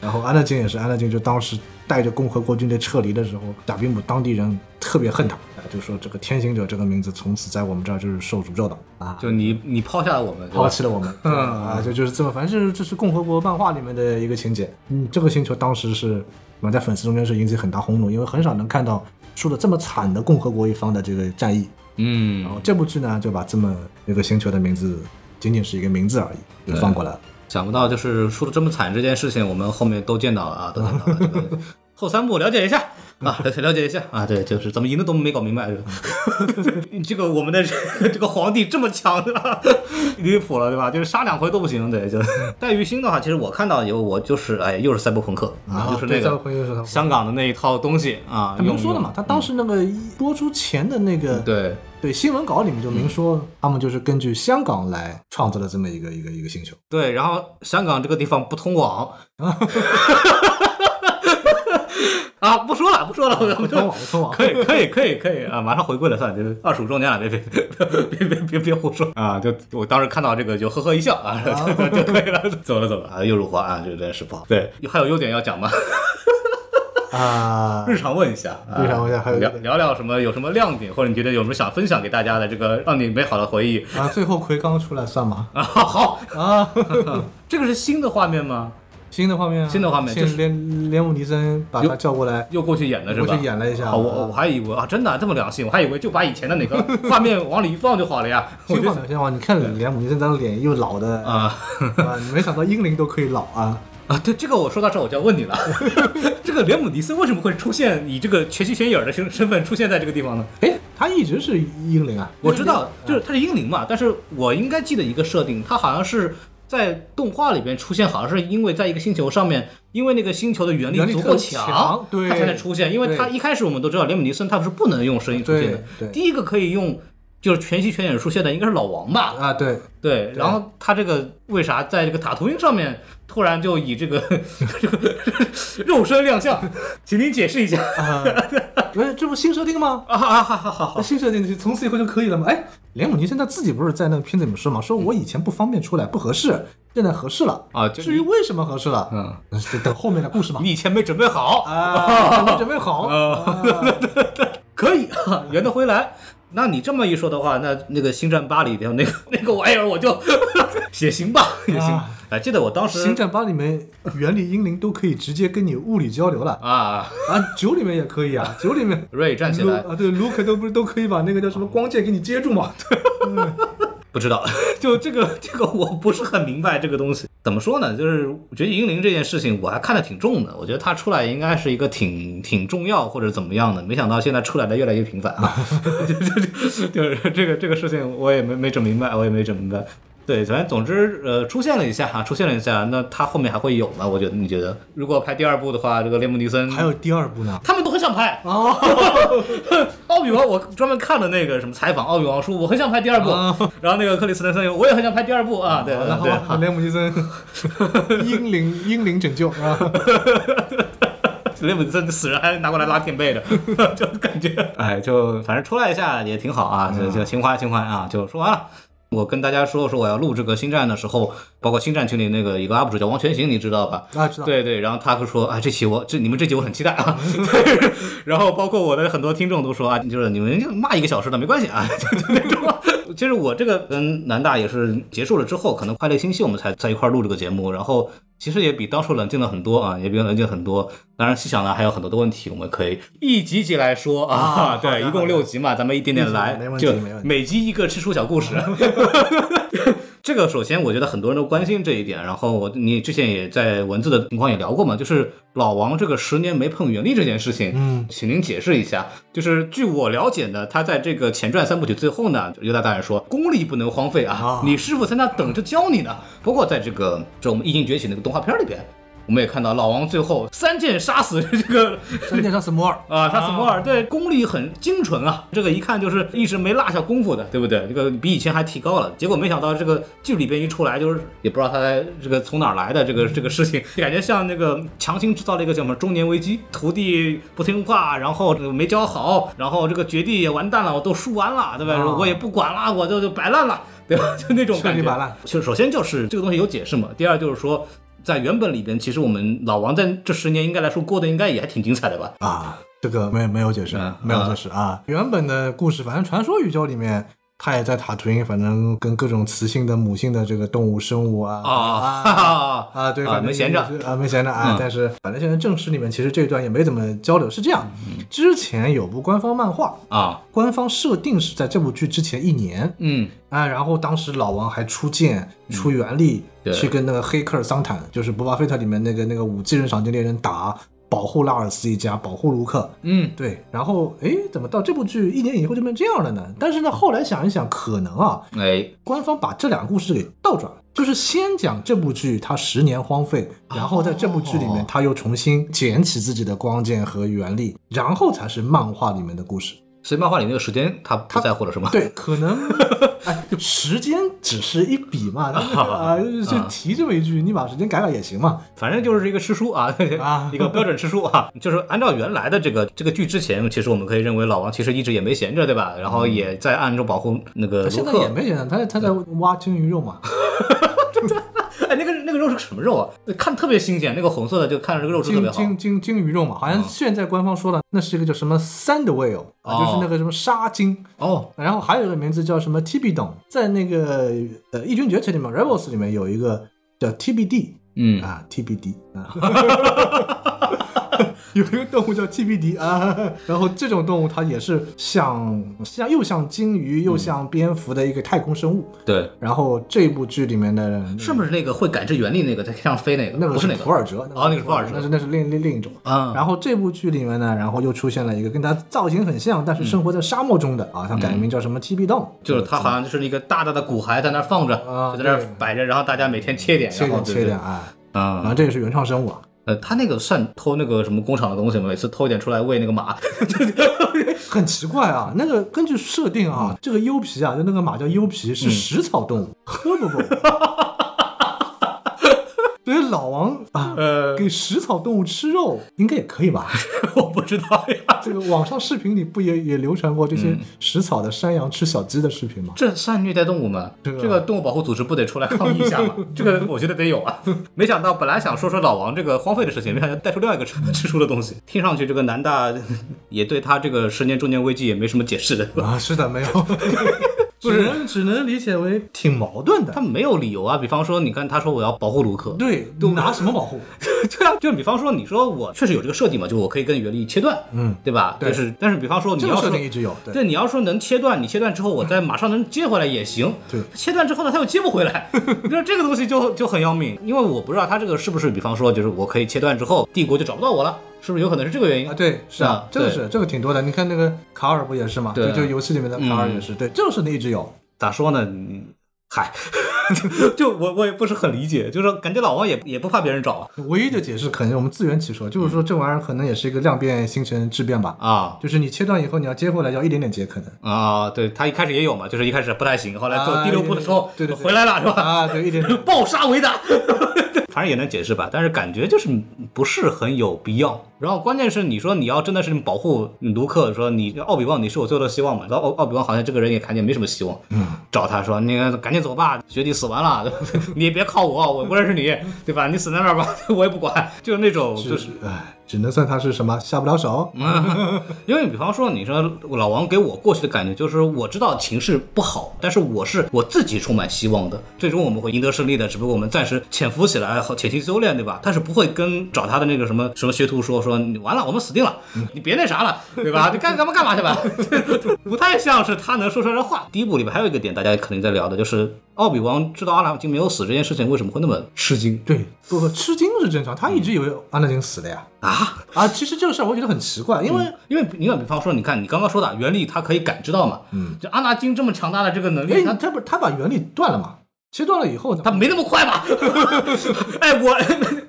然后安乐金也是，安乐金就当时带着共和国军队撤离的时候，贾比姆当地人特别恨他，啊，就说这个天行者这个名字从此在我们这儿就是受诅咒的啊，就嗯你你抛下了我们，对吧抛弃了 我们。啊，就就是这么，反正就是这是共和国漫画里面的一个情节。嗯，这个星球当时是，我在粉丝中间是引起很大轰动，因为很少能看到输的这么惨的共和国一方的这个战役。然后嗯，这部剧呢，就把这么一个星球的名字，仅仅是一个名字而已，就放过来了。想不到就是输的这么惨这件事情，我们后面都见到了啊，都见到了。这个后三部了解 一下啊，了解了解一下啊，对，就是怎么赢的都没搞明 白，这个这个我们的这个皇帝这么强对吧？离谱了对吧？就是杀两回都不行，对，就戴玉星的话，其实我看到以后，我就是哎，又是赛博朋克，啊就是那对赛博个朋克又是赛博朋克香港的那一套东西啊，他明用说了嘛，他当时那个一播出前的那个、对。嗯对新闻稿里面就明说，他们就是根据香港来创作了这么一个一个一个星球。对，然后香港这个地方不通网。 啊，不说了，不说了，不不通网，不通网。可以，可以，可以，可以啊！马上回归了，算了，就是二十五周年了，别别别别别别别胡说啊！就我当时看到这个就呵呵一笑啊，就 就可以了，走了走了啊，又辱华啊，这真是不好。对，还有优点要讲吗？啊、 日常问一下，啊日常问一下还有聊优点聊聊什么？有什么亮点，或者你觉得有什么想分享给大家的这个让你美好的回忆啊！最后奎刚出来算吗？啊？好，啊，这个是新的画面吗？新的画面啊，新的画面现就在是连连姆尼森把他叫过来，又过去演的是吧？过去演了一下哦我我还以为啊，真的啊这么良心，我还以为就把以前的哪 个画面往里一放就好了呀。我新就画面，新画面，你看连姆尼森张脸又老的啊啊，你没想到英灵都可以老啊！啊，对这个我说到这儿我就要问你 了，这个连姆迪森为什么会出现以这个全息全影儿的身身份出现在这个地方呢？哎，他一直是英灵啊，我知道，就是他是英灵嘛，但是我应该记得一个设定，他好像是。在动画里边出现，好像是因为在一个星球上面，因为那个星球的原力原力足特够别强对它才能出现。因为它对一开始我们都知道，连姆尼森他不是不能用声音出现的对对，第一个可以用就是全息全影出现的应该是老王吧？啊，对，对，然后他这个为啥在这个塔图因上面突然就以这个 这个肉身亮相？请您解释一 下。 啊，不是这不新设定吗？啊啊，好好好好，新设定的从此以后就可以了吗？哎，连姆尼现在自己不是在那个片子里面说嘛，说我以前不方便出来，不合适，现在合适了啊就至于为什么合适了，嗯，就等后面的 故事嘛。你以前没准备好，啊，准备准备好啊啊，可以 圆 得回来。那你这么一说的话，那那个《星战八》里边那个那个玩意儿，我就 也行吧，也行啊。哎，记得我当时星战八里面原力英灵都可以直接跟你物理交流了啊，啊，九里面也可以啊，九里面瑞站起卢来，啊，对，卢克都不是都可以把那个叫什么光剑给你接住嘛？对，不知道， 就这个这个我不是很明白这个东西怎么说呢？就是我觉得英灵这件事情我还看得挺重的，我觉得它出来应该是一个挺挺重要或者怎么样的，没想到现在出来的越来越频繁啊， 就是就是这个这个事情我也没没整明白，我也没整明白。对，反正总之，呃，出现了一下哈，出现了一下，那它后面还会有吗？我觉得，你觉得，如果拍第二部的话，这个雷姆尼森还有第二部 呢。他们都很想拍啊哦奥比王，我专门看了那个什么采访，奥比王说我很想拍第二部，啊 然后那个克里斯滕森说我也很想拍第二部啊，对对然后对，好雷姆尼森 英灵英灵拯救啊，雷姆森死人还拿过来拉垫背的， 就感觉哎，就反正出来一下也挺好啊，就就情怀情怀啊，就说完了。我跟大家说说我要录这个星战的时候，包括星战群里那个一个 UP 主叫王全行，你知道吧？大家啊知道对对，然后他会说啊，这期我这你们这集我很期待啊。 对然后包括我的很多听众都说啊，就是你们就骂一个小时的没关系啊， 就就那种。其实我这个跟南大也是结束了之后，可能快乐星系我们才在一块儿录这个节目，然后其实也比当初冷静了很多啊，也比冷静很多。当然细想呢，还有很多的问题，我们可以一集一集来说啊。啊好对，的一好共的六集嘛，咱们一点点来没问，题就没问题每集一个吃书小故事。 这个首先，我觉得很多人都关心这一点。然后我你之前也在文字的情况也聊过嘛，就是老王这个十年没碰原力这件事情，嗯，请您解释一下。就是据我了解呢，他在这个前传三部曲最后呢，犹大大人说功力不能荒废啊啊，你师傅在那等着教你呢。包括在这个这我们《异形崛起》那个动画片里边，我们也看到老王最后三剑杀死这个三剑杀死摩尔啊，杀死摩尔，对，功力很精纯啊，这个一看就是一直没落下功夫的，对不对？这个比以前还提高了，结果没想到这个剧里边一出来，就是也不知道他在这个从哪儿来的这嗯个这个事情，感觉像那个强行制造了一个叫什么中年危机，徒弟不听话，然后这个没教好，然后这个绝地也完蛋了，我都输完了，对吧？啊我也不管了，我就就摆烂了，对吧？ 就那种彻感底觉。摆烂就首先就是这个东西有解释嘛，第二就是说。在原本里边，其实我们老王在这十年应该来说过得应该也还挺精彩的吧？啊，这个没没有解释嗯，没有解释啊。原本的故事，反正传说宇宙里面。他也在塔图因，反正跟各种雌性的、母性的这个动物、生物啊啊啊啊，对，啊反正没闲着就是啊，没闲着啊。嗯但是反正现在正史里面其实这一段也没怎么交流。是这样，嗯之前有部官方漫画，啊，官方设定是在这部剧之前一年嗯，啊，然后当时老王还出剑、出原力、对去跟那个黑客尔桑坦，就是《博巴菲特》里面那个那个五技能赏金猎人打，保护拉尔斯一家，保护卢克。嗯，对，然后哎，怎么到这部剧一年以后就变这样了呢？但是呢，后来想一想，可能啊，哎，官方把这两个故事给倒转了，就是先讲这部剧它十年荒废，然后在这部剧里面他又重新捡起自己的光剑和原力，然后才是漫画里面的故事。所以漫画里那个时间他不在乎了是吗？，对，可能哎，时间只是一笔 嘛，但是啊，就提这么一句，你把时间改改也行嘛。反正就是一个吃书啊，啊一个标准吃书啊，就是按照原来的这个这个剧之前，其实我们可以认为老王其实一直也没闲着，对吧？然后也在暗中保护那个卢他呃现在也克。没人，他他在挖鲸鱼肉嘛，哎，那个那个肉是什么肉啊？看特别新鲜，那个红色的就看着这个肉质特鲸别好。嗯鲸鲸鲸鱼肉嘛，好像现在官方说了，那是一个叫什么 sand whale 啊，就是那个什么沙鲸。哦，然后还有一个名字叫什么 TBD，在那个呃《异军崛起》里面 Rebels 里面有一个叫 TBD 嗯，啊，TBD 啊。有一个动物叫 TBD 啊，然后这种动物它也是像像又像鲸鱼又像蝙蝠的一个太空生物。对，然后这部剧里面的人是不是那个会感知原力那个在天上飞那个？那个嗯不是那普个。尔哲，哦那个是普尔哲那是那是另另另一种。嗯然后这部剧里面呢，然后又出现了一个跟它造型很像，但是生活在沙漠中的啊，它改名叫什么 TB 洞，嗯就是它好像就是一个大大的骨骸在那儿放着，啊就在那对儿摆着，然后大家每天切点，切然后点对切对点啊，啊反正这也是原创生物啊。呃，他那个算偷那个什么工厂的东西吗？每次偷一点出来喂那个马，很奇怪啊，那个根据设定啊，嗯这个优皮啊，就那个马叫优皮，是食草动 物，喝不不。所以老王啊，呃，给食草动物吃肉应该也可以吧？ 我不知道呀。这个网上视频里不也也流传过这嗯些食草的山羊吃小鸡的视频吗？这算虐待动物吗？这个这个动物保护组织不得出来抗议一 下吗？这个我觉得得有啊。没想到本来想说说老王这个荒废的事情，没想到带出另外一个吃吃出的东西。听上去这个南大也对他这个十年中年危机也没什么解释的。 啊，是的，没有。就只是能只能理解为挺矛盾的他。没有理由啊。比方说，你看他说我要保护卢克， 对，拿什么保护？对啊，就比方说，你说我确实有这个设定嘛，就我可以跟原力切断， 嗯对吧？对就是，但是比方说你这要个说设定一直有，对，你要说能切断，你切断之后，我再马上能接回来也行。对切断之后呢，它又接不回 来，你说这个东西就就很要命，因为我不知道它这个是不是，比方说就是我可以切断之后，帝国就找不到我了，是不是有可能是这个原因啊，？对，是啊啊，这个对是这个挺多的。你看那个卡尔不也是嘛？对就啊就游戏里面的卡尔也是，对，这个设定一直有。咋说呢？嗯嗨， 就就我我也不是很理解，就是说感觉老王也也不怕别人找唯一的解释可能我们自圆其说，就是说这玩意儿可能也是一个量变形成质变吧。啊。就是你切断以后，你要接回来，要一点点接，可 能啊，对他一开始也有嘛，就是一开始不太行，后来做啊第六部的时候对对对回来了是吧？。啊，对，一点点 暴杀维达，反正也能解释吧，但是感觉就是不是很有必要。然后关键是你说你要真的是保护卢克，说你奥比旺你是我最后的希望嘛，然后奥奥比旺好像这个人也看见没什么希望，嗯，找他说那个赶紧走吧，学弟死完了， 你也别靠我，我不认识你，对吧？你死在那儿吧， 我也不管，就是那种就是是，嗯哎，只能算他是什么下不了手。因为比方说，你说老王给我过去的感觉就是，我知道情势不好，但是我是我自己充满希望的，最终我们会赢得胜利的，只不过我们暂时潜伏起来，好潜心修炼，对吧？但是不会跟找他的那个什么什么学徒说说，你完了，我们死定了，你别那啥了，对吧？你干干嘛干嘛去吧，不太像是他能说出来的话。第一部里边还有一个点，大家肯定在聊的就是奥比王知道阿拉金没有死这件事情，为什么会那么吃惊对，不不，吃惊是正常，他一直以为安德金死了呀。啊？啊，其实这个事儿我觉得很奇怪，因为因为你看，比方说，你看你刚刚说的原力，它可以感知到嘛，嗯，就阿纳金这么强大的这个能哎力，，他他不他把原理断了嘛？切断了以后，他没那么快吧？ 哎，我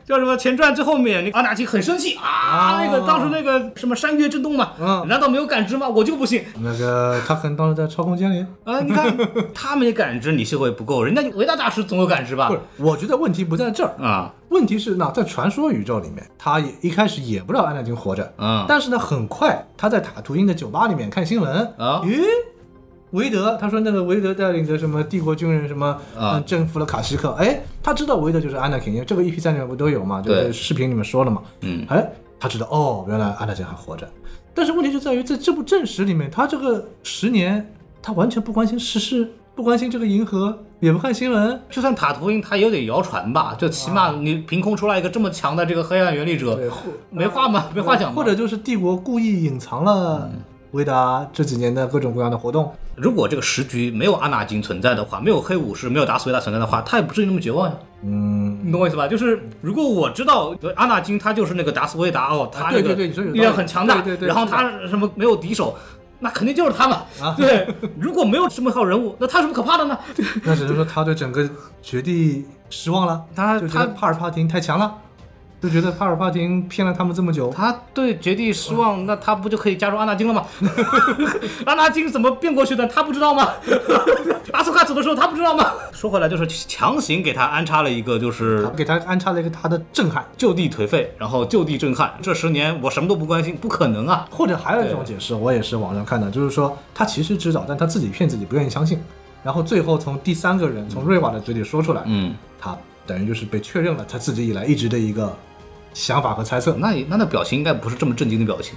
叫什么前传最后面，那个阿纳金很生气啊，啊那个当时那个什么山岳震动嘛，嗯难道没有感知吗？我就不信那个他可能当时在超空间里。啊！你 看他没感知，你修为不够，人家维达大师总有感知吧不？是，我觉得问题不在这儿，啊，问题是那在传说宇宙里面，他也一开始也不知道安德金活着，嗯但是呢，很快他在塔图因的酒吧里面看新闻啊咦，韦德，他说那个韦德带领着什么帝国军人什么，啊嗯，征服了卡西克，哎，他知道韦德就是安德金，因为这个 EP 三里面不都有嘛，就对是视频里面说了嘛，嗯，哎，他知道哦，原来安德金还活着，但是问题就在于在这部正史里面，他这个十年他完全不关心时事，不关心这个银河，也不看新闻，就算塔图因他也有点谣传吧，就起码你凭空出来一个这么强的这个黑暗原力者，啊对，或没话吗？没话讲吗？或者就是帝国故意隐藏了维达这几年的各种各样的活动。如果这个时局没有阿纳金存在的话，没有黑武士，没有达斯维达存在的话，他也不至于那么绝望呀。嗯，你懂我意思吧？就是如果我知道呃阿纳金他就是那个达斯维达哦，他啊那对个对对你说有道理力量很强大对对，对然后是的啊他什么没有敌手。那肯定就是他们，对。如果没有这么号人物，那他有什么可怕 的呢？那只能说他对整个绝地失望了，他就觉得他帕尔帕廷太强了，就觉得帕尔帕廷骗了他们这么久。他对绝地失望，那他不就可以加入阿纳金了吗？ 阿纳金怎么变过去的？他不知道 吗？阿苏卡走的时候他不知道吗？说回来，就是强行给他安插了一个就是给他安插了一个他的震撼，就地颓废，然后就地震撼。这十年我什么都不关心，不可能啊！或者还有一种解释，我也是网上看的，就是说他其实知道，但他自己骗自己，不愿意相信，然后最后从第三个人从瑞瓦的嘴里说出来，嗯，他等于就是被确认了他自己以来一直的一个想法和猜测。那那那表情应该不是这么震惊的表情，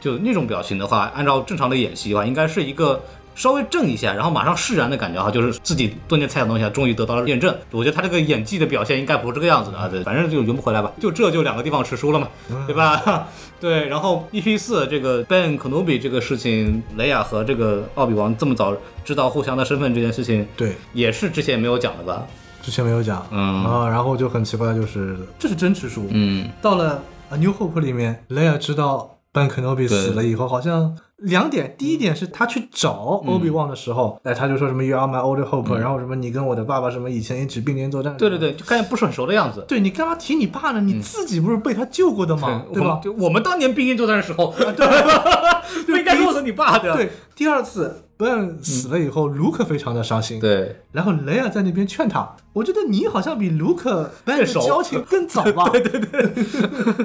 就那种表情的话，按照正常的演戏的话，应该是一个稍微震一下，然后马上释然的感觉哈，就是自己多年猜想的东西啊终于得到了验证。我觉得他这个演技的表现应该不是这个样子的啊，对，反正就圆不回来吧，就这就两个地方吃书了嘛，对吧？ 对，然后 EP 四这个 Ben Kenobi 这个事情，雷亚和这个奥比王这么早知道互相的身份这件事情，对，也是之前没有讲的吧？之前没有讲，嗯啊，然后就很奇怪，就是这是真吃书，嗯，到了《A New Hope》里面，雷尔知道 Ben Kenobi 死了以后，好像两点，第一点是他去找嗯 Obi Wan 的时候，哎，他就说什么 “You are my old hope”，、然后什么你跟我的爸爸什么以前一起并肩作战，对对，对，就看见不是很熟的样子。啊对你干嘛提你爸呢？你自己不是被他救过的吗？对我吧们？就我们当年毕业作战的时候，啊 对，不应该是我和你爸的。对，第二次 Ben 死了以后，卢克非常的伤心，嗯对然后雷尔在那边劝他，我觉得你好像比卢克 Ben 的熟交情更早 吧？对对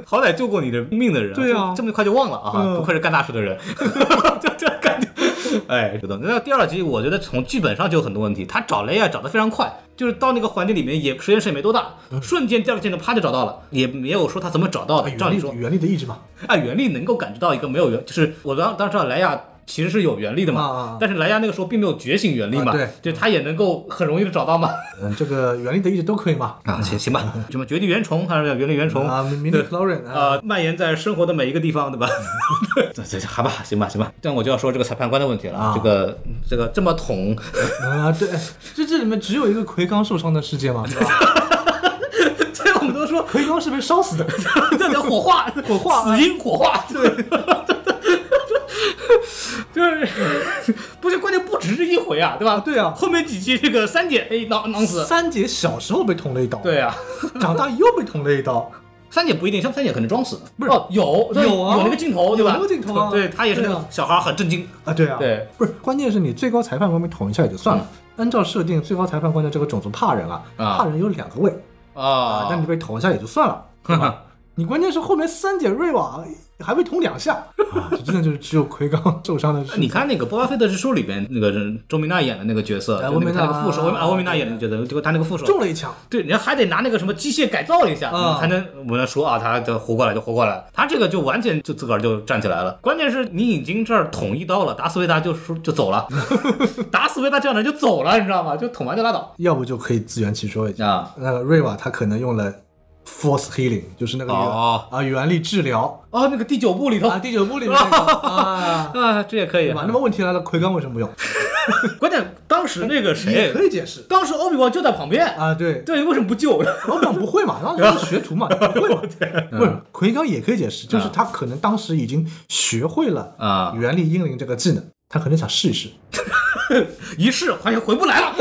好歹救过你的命的人，对啊就这么快就忘了啊！嗯不愧是干大事的人， 就这感觉。哎，这个东西那第二集，我觉得从剧本上就有很多问题。他找雷啊亚找得非常快，就是到那个环境里面也时间是也没多大，瞬间第二个镜头啪就找到了，也没有说他怎么找到的。照啊原理力说，原力的意志嘛，按原力能够感知到一个没有原，就是我当当时知道莱娅其实是有原力的嘛，啊啊啊但是莱娅那个时候并没有觉醒原力嘛，啊对就他也能够很容易的找到嘛。嗯，这个原力的意志都可以嘛。啊，行行吧，什么绝地原虫还是叫原力原虫啊，mini 对 chlorine，啊呃，蔓延在生活的每一个地方，对吧？这这这好吧， 行吧，行吧。但我就要说这个裁判官的问题了，啊这个这个这么捅，啊，对，这这里面只有一个奎刚受伤的事件嘛，对吧？ 这我们都说奎刚是被烧死的， 这叫 火化，火化啊死因火化， 对。就是， 不是关键，不止这一回啊，对吧？对啊后面几期这个三姐哎囊囊死，三姐小时候被捅了一刀，，对啊，长大又被捅了一刀，三姐不一定，像三姐可能装死，不是哦有对有啊有那个镜头对吧？有那个镜头啊对他也是那对个啊小孩很震惊，啊，对啊，对，嗯不是，关键是你最高裁判官被捅一下也就算了，按照设定，最高裁判官的这个种族怕人啊，啊怕人有两个胃啊但你被捅一下也就算 了，对吧你关键是后面三姐瑞瓦还被捅两下，啊，这真的就是只有奎刚受伤的事。你看那个《波巴费特之书》里边那个人周明娜演的那个角色，哎就那温个明他那娜个副手，啊，温明娜演的角色，结果他那个副手中了一枪，对，人家还得拿那个什么机械改造一下，啊才能我们说啊，他就活过来就活过来了。他这个就完全就自个儿就站起来了。关键是你已经这儿捅一刀了，达斯维达就说就走 了，达斯维达这样的人就走了，你知道吗？就捅完就拉倒要不就可以自圆其说一下。啊。那个瑞瓦他可能用了 force healing，就是那个原哦啊原力治疗哦，那个第九部里头啊，第九部里面那 个啊，啊，这也可以对吧？那么问题来了，奎刚为什么不用？关键当时那个也谁可，以解释当时欧比旺就在旁边，啊，对，对，为什么不救？老板不会嘛，然后他是学 徒嘛，不会嘛。不是奎刚也可以解释，就是他可能当时已经学会了啊原力英灵这个技能，他可能想试一试。一试好像回不来了。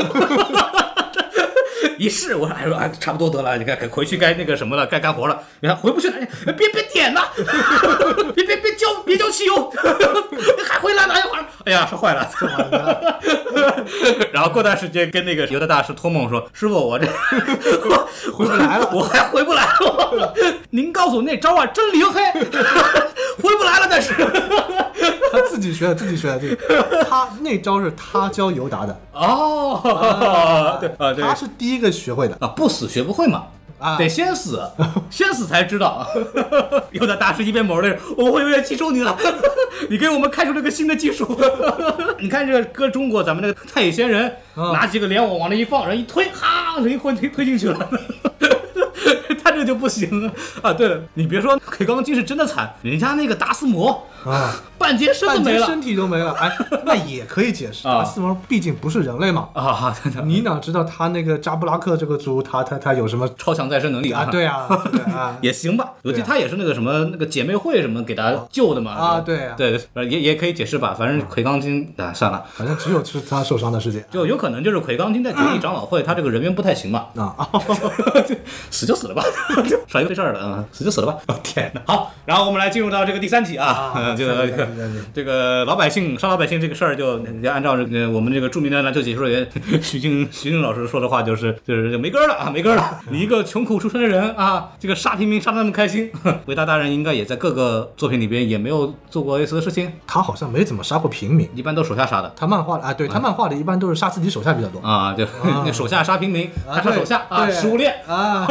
一试，我说哎呦，哎差不多得了，你看，该回去该那个什么了，该干活了。你看回不去了，哎别别点呐， 别别别浇，别浇汽油，还回来了，哎呀，哎呀，烧坏了。啊然后过段时间跟那个犹太大师托梦说，师傅，我这我 回不来了我还回不来了。您告诉我那招啊，真灵嘿，回不来了，但是。他自己学的，自己学的，这个他那招是他教尤达的，哦，对啊，对，他是第一个学会的。啊，不死学不会嘛。啊得先死，先死才知道。 有的大师一边抹泪，我会永远记住你了。 你给我们开出了个新的技术。 你看这个搁中国，咱们这个太乙仙人、啊拿几个莲藕往那一放，人一推，哈，人一魂推推进去了。 他这就不行啊！对了，你别说鬼刚精是真的惨，人家那个达斯摩啊，半截身都半没截了身体都没了，哎，那也可以解 释。啊达斯摩毕竟不是人类嘛，啊！真的你哪知道他那个扎布拉克这个族，他他他 有什么超强再生能力，啊？对啊，对啊 也行吧，我记得他也是那个什么那个姐妹会什么给他救的嘛。啊是吧对对，呃也也可以解释吧，反正魁罡精啊，算了，反正只有是他受伤的事件。就有可能就是魁罡精在绝地长老会，他这个人缘不太行嘛， 啊， 死就死了吧，少一个这事儿了，嗯，死就死了吧。哦天哪！好，然后我们来进入到这个第三集啊啊，嗯这三集个三集三集这个老百姓杀老百姓这个事儿，就就按照这个我们这个著名的篮球解说员徐静徐静老师说的话，就是就是没根儿了啊，没根儿了。你一个穷苦出身的人啊，这个杀平民杀的那么开心， 维达大人应该也在各个作品里边也没有做过类似的事情，他好像没怎么杀过平民。一般都手下杀的。他漫画啊，对他漫画里一般都是杀自己手下比较多嗯啊，就那手下杀平民，他杀手下啊，食物链， 啊，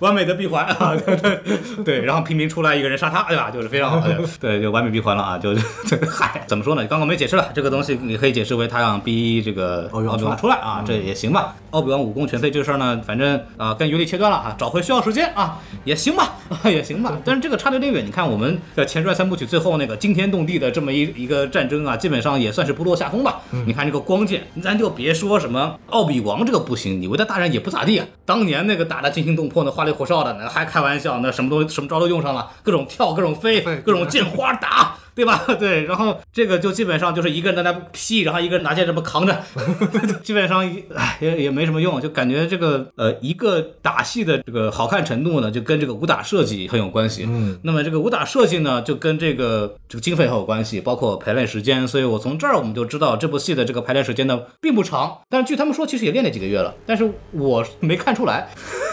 完美的闭环 啊，对对对，然后平民出来一个人杀他，对吧？就是非常好的，对， 就完美闭环了啊，就 嗨，怎么说呢？刚刚我们也解释了，这个东西你可以解释为他想逼这个奥奥比比王出来王出来啊，这也行吧。奥比王武功全废这个事儿呢，反正啊跟尤利切断了啊，找回需要时间啊，也行吧， 啊也行吧。但是这个差的有点远，你看我们的前传三部曲最后那个惊天动地的这么一一个战争啊，基本上也算是不落下风吧。你看这个光剑，咱就别说什么奥比王这个不行，你维他大人也不咋地啊。当年那个打的惊心动魄，那花里胡哨的，那还开玩笑，那什么东西什么招都用上了，各种跳，各种飞对，各种剑花打。对吧？ 对，然后这个就基本上就是一个人在那劈，然后一个人拿剑这么扛着， 基本上一唉也也没什么用，就感觉这个呃一个打戏的这个好看程度呢，就跟这个武打设计很有关系。嗯，那么这个武打设计呢，就跟这个这个经费很有关系，包括排练时间。所以我从这儿我们就知道这部戏的这个排练时间呢并不长，但是据他们说其实也练了几个月了，但是我没看出来。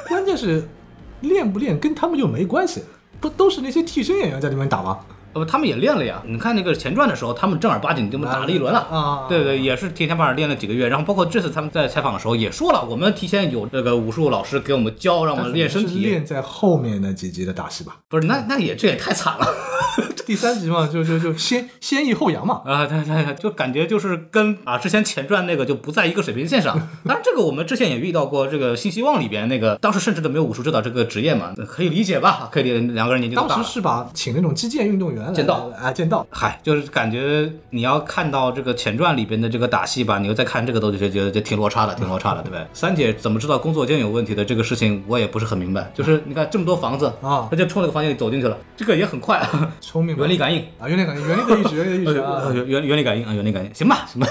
关键是练不练跟他们又没关系，不都是那些替身演员在里面打吗？呃，他们也练了呀。你看那个前传的时候，他们正儿八经就打了一轮了啊对对，也是提前把人练了几个月。然后包括这次他们在采访的时候也说了，我们提前有这个武术老师给我们哦教，让我们练身是体。练在后面那几集的打戏吧。不是，那那也这也太惨了。 第三集嘛，就就就先先抑后扬嘛。啊，对对对，就感觉就是跟啊之前前传那个就不在一个水平线上。当然，这个我们之前也遇到过，这个《新希望》里边那个当时甚至都没有武术指导这个职业嘛，可以理解吧？可以理解，两个人年纪都当大时了。是把请那种击剑运动员来剑道啊，剑道嗨，就是感觉你要看到这个前传里边的这个打戏吧，你又再看这个都觉得觉得这挺落差的，挺落差的，对不对？三姐怎么知道工作间有问题的这个事情，我也不是很明白。就是你看这么多房子啊他就冲那个房间里走进去了，这个也很快， 聪明吧原力感应。啊，原力感应，原力的意识，原力 的意识呃啊。原原原理感应啊，原理感应，行吧， 行吧，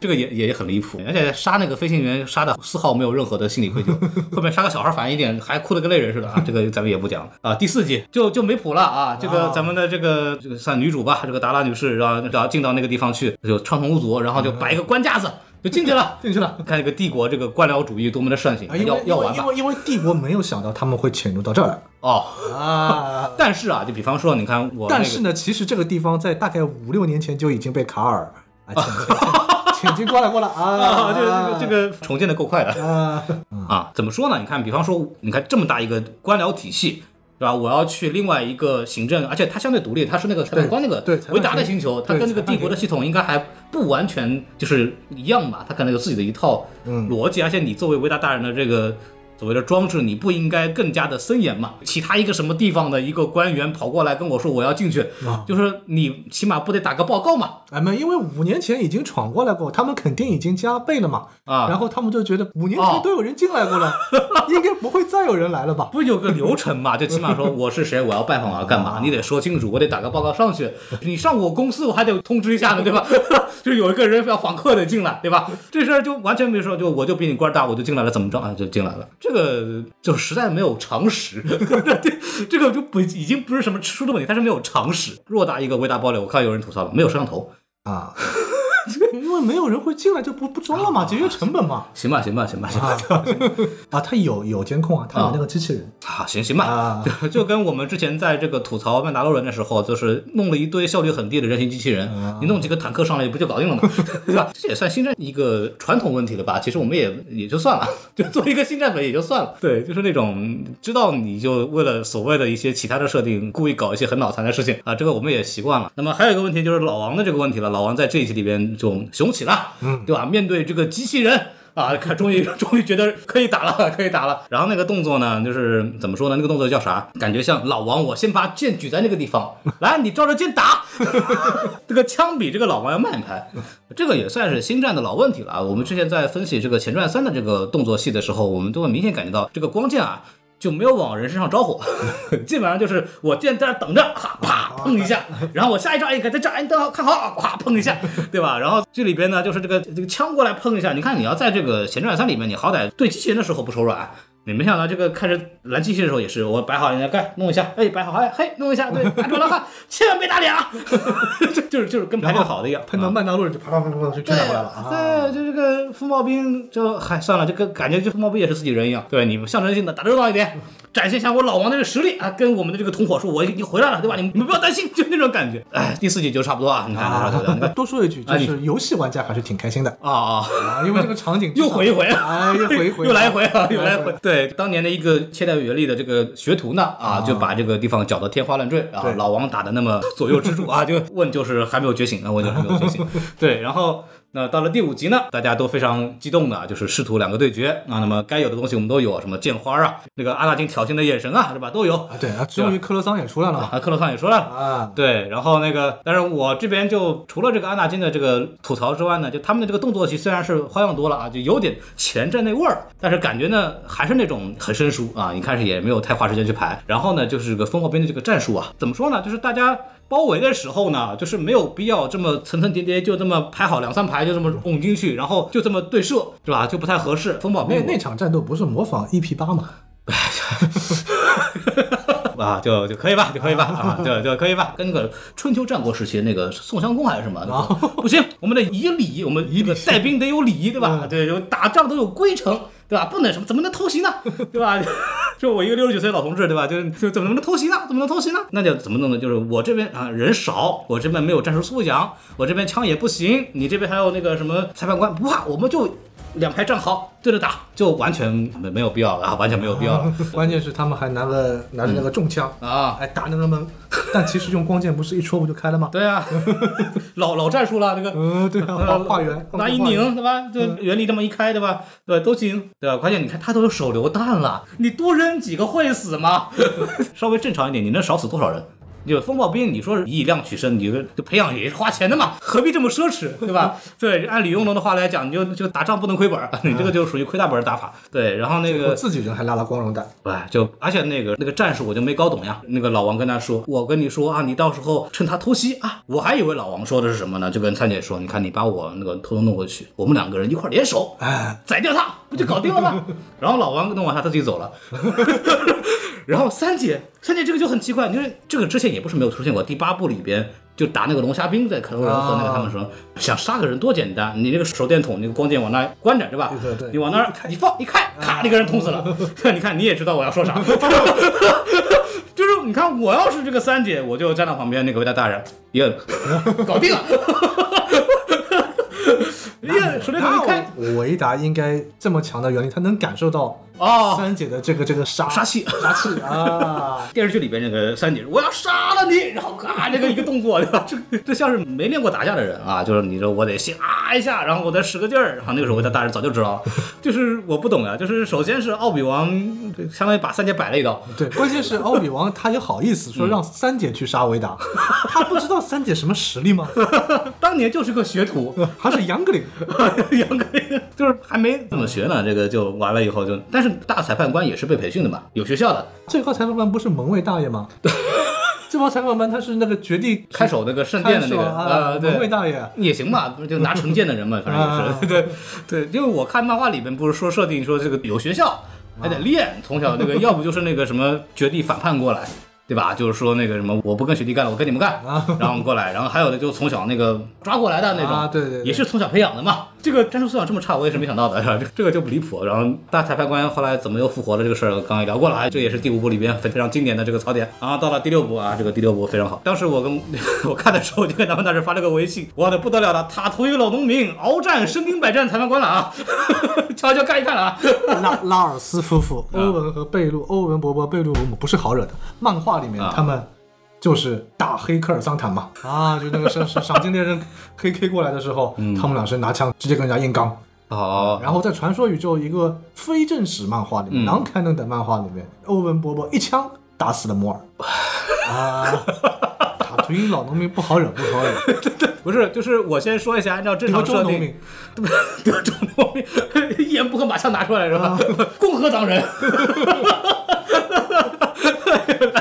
这个也也也很离谱，而且杀那个飞行员杀的丝毫没有任何的心理愧疚，后面杀个小孩反应一点，还哭得跟泪人似的啊，这个咱们也不讲了啊。第四季就就没谱了啊，这个啊咱们的这个这个算女主吧，这个达拉女士，然后然后进到那个地方去，就畅通无阻，然后就摆一个官架子就进去了，进去了。看这个帝国这个官僚主义多么的盛行啊，，因要为因要为完因吧为因为帝国没有想到他们会潜入到这 儿哦。。来啊但是啊，就比方说，你看我、那个，但是呢，其实这个地方在大概五六年前就已经被卡尔啊潜 进潜进过来过了啊，啊，这个这个这个重建的够快的。啊，啊，怎么说呢？你看，比方说，你看这么大一个官僚体系，对吧？我要去另外一个行政，而且它相对独立，它是那个裁判官那个对裁判维达的权星球，它对跟那个裁判帝国的系统应该还不完全就是一样吧？它可能有自己的一套嗯逻辑，而且你作为维达大人的这个。所谓的装置，你不应该更加的森严嘛？其他一个什么地方的一个官员跑过来跟我说我要进去，啊就是你起码不得打个报告嘛？哎没有，因为五年前已经闯过来过，他们肯定已经加倍了嘛。啊然后他们就觉得五年哦前都有人进来过了， 应该不会再有人来了吧？不是有个流程嘛？就起码说我是谁，我要拜访，我要干嘛，你得说清楚，我得打个报告上去。你上我公司，我还得通知一下呢，对吧？ 就是有一个人要访客得进来，对吧？这事儿就完全没说，就我就比你官儿大，我就进来了，怎么着啊？就进来了，这个就实在没有常识， 这这个就不已经不是什么吃书的问题，它是没有常识。偌大一个微大堡垒，我看有人吐槽了，没有摄像头。啊，因为没有人会进来，就不不装了嘛，节约成本嘛。行吧，行吧，行吧，行吧，啊啊，他有有监控啊，他有那个机器人啊，行行吧，啊 就就跟我们之前在这个吐槽曼达洛人的时候，就是弄了一堆效率很低的人形机器人，你弄几个坦克上来不就搞定了吗？ 对吧？这也算星战一个传统问题了吧？其实我们也也就算了， 就作为一个星战粉也就算了。对，就是那种知道你就为了所谓的一些其他的设定，故意搞一些很脑残的事情啊，这个我们也习惯了。那么还有一个问题就是老王的这个问题了，老王在这一集里边就雄起了，嗯，对吧？面对这个机器人。啊，看，终于 终于觉得可以打了，可以打了。然后那个动作呢，就是怎么说呢？那个动作叫啥？感觉像老王，我先把剑举在那个地方，来，你照着剑打。 这个枪比这个老王要慢一拍，这个也算是星战的老问题了啊。我们之前在分析这个前传三的这个动作戏的时候，我们都会明显感觉到这个光剑啊。就没有往人身上招呼， 基本上就是我剑在那等着，哈啪碰一下，然后我下一招哎，给在这儿哎，你等好看好，啊啪碰一下，对吧？然后这里边呢，就是这个这个枪过来碰一下，你看你要在这个前传三里面，你好歹对机器人的时候不手软，你没想到这个开始拦机器的时候也是，我摆好人家盖弄一下，哎摆好哎嘿弄一下，对打准了哈，千万别打脸啊，就就是就是跟排练好的一样，碰到曼达洛人就啪啪啪啪就全打过来了啊。对，就这个风暴兵就还算了，这个感觉就风暴兵也是自己人一样。对，你们象征性的打热闹一点，展现一下我老王的这个实力啊，跟我们的这个同伙说我已经回来了，对吧？你们你们不要担心，就那种感觉。哎，第四季就差不多啊，你看差不多你看多说一句，啊就你是游戏玩家还是挺开心的啊啊。啊，因为这个场景又回一回哎，又回一 回，又来一回啊，又来一一回。对，当年的一个切代原力的这个学徒呢，啊，就把这个地方搅得天花乱坠啊对，老王打的那么左右之助啊，就问就是还没有觉醒啊，问就是还没有觉 醒。对，然后。那到了第五集呢，大家都非常激动的啊，就是师徒两个对决啊。那么该有的东西我们都有，什么剑花啊，那个阿拉丁挑衅的眼神啊，是吧？都有。啊，对啊，终于克罗桑也出来了嘛啊，克洛桑也说了，啊，对，然后那个，但是我这边就除了这个安纳金的这个吐槽之外呢，就他们的这个动作戏虽然是花样多了啊，就有点前站那味儿，但是感觉呢还是那种很生疏啊，一开始也没有太花时间去排。然后呢，就是这个烽火边的这个战术啊，怎么说呢？就是大家包围的时候呢，就是没有必要这么层层叠叠，就这么排好两三排，就这么拱进去，然后就这么对射，是吧？就不太合适。风暴那边那场战斗不是模仿 EP 八嘛？ 啊，就就可以吧，就可以吧，啊，就就可以吧，跟那个春秋战国时期那个宋襄公还是什么， 不行，我们得以礼，我们啊以礼嗯带兵得有礼，对吧？对，有打仗都有规程，对吧？不能什么怎么能偷袭呢，对吧？ 就我一个六十九岁老同志，对吧？就就怎么能偷袭呢？怎么能偷袭呢？那就怎么弄呢？就是我这边啊人少，我这边没有战术素养，我这边枪也不行，你这边还有那个什么裁判官，不怕，我们就。两排站好，对着打，就完全没没有必要了啊，完全没有必要了嗯关键是他们还拿了拿着那个重枪啊！哎，打的那么 但其实用光剑不是一戳不就开了吗？对啊，老老战术了，这个呃嗯，对啊，化化缘，拿一拧，对吧？就原理这么一开，对吧？对，都行，对啊吧？关键你看他都有手榴弹了，你多扔几个会死吗？ 稍微正常一点，你能少死多少人？就风暴兵，你说以量取胜，你就就培养也是花钱的嘛，何必这么奢侈，对吧？对，按李云龙的话来讲，你就就打仗不能亏本儿， 你这个就属于亏大本儿打法。对，然后那我个自己人还拉了光荣弹，哎，就而且那个那个战术我就没搞懂呀。那个老王跟他说：“我跟你说啊，你到时候趁他偷袭啊。”我还以为老王说的是什么呢，就跟三姐说：“你看你把我那个偷偷弄过去，我们两个人一块儿联手，哎，宰掉他，不就搞定了 吗？”然后老王弄完他，他自己走了。 然后三姐，三姐这个就很奇怪，因为这个之前也不是没有出现过。第八部里边就打那个龙虾兵，在克罗人和那个他们说，啊想杀个人多简单，你那个手电筒那个光剑往那关着，对吧？对对对你往那儿一放，一看，咔，那个人捅死了。 你看你也知道我要说啥， 就是你看我要是这个三姐，我就站到旁边那个维达大人一 摁，搞 定了。一个手电筒一开，那维达应该这么强的原理，他能感受到哦三姐的这个这个杀杀气。杀气啊，电视剧里边那个三姐，我要杀了你，然后啊，这个一个动作，对吧？这这像是没练过打架的人啊，就是你说我得先啊一下，然后我再使个劲儿，然后那个时候我的大人早就知道了，就是我不懂呀、就是首先是奥比王相当于把三姐摆了一道，对，关键是奥比王他也好意思嗯说让三姐去杀维达，他不知道三姐什么实力吗？当年就是个学徒， 还是杨格林，杨哥就是还没怎么学呢，这个就完了以后就，但是大裁判官也是被培训的嘛，有学校的，最高裁判官不是门卫大 爷吗？最高裁判官他是那个绝地看守那个圣殿的那看个守啊，呃，对，门卫大爷， 也行吧，就拿成见的人嘛，反正也是 对对，因为我看漫画里面不是说设定说这个有学校还得练，从小那个要不就是那个什么绝地反叛过来。对吧？就是说那个什么，我不跟学弟干了，我跟你们干，然后过来，然后还有的就从小那个抓过来的那种，啊对对对也是从小培养的嘛。这个战术素养这么差，我也是没想到的，是 吧？这这个就不离谱。然后大裁判官后来怎么又复活了这个事儿，刚刚也聊过了啊，这也是第五部里边非常经典的这个槽点。然后到了第六部啊，这个第六部非常好。当时我跟 我看的时候，就跟咱们大师发了个微信，我的不得了了，塔图一老农民鏖战生兵百战裁判官了啊， 悄悄看一看了啊。 拉拉尔斯夫妇，欧文和贝露，欧文伯伯、贝露伯母不是好惹的。漫画里面啊他们就是打黑科尔桑坦嘛，啊，就那个赏赏赏金猎人黑 K 过来的时候，嗯他们俩是拿枪直接跟人家硬刚。啊好，然后在传说宇宙一个非正史漫画里嗯面、non canon 的漫画里面，欧文伯伯一枪打死了摩尔。啊，塔图因老农民不好惹，不 好惹。不是，就是我先说一下，按照正德常州设农定民，， 德州农民一言不合马上拿出来是 吧？共和党人。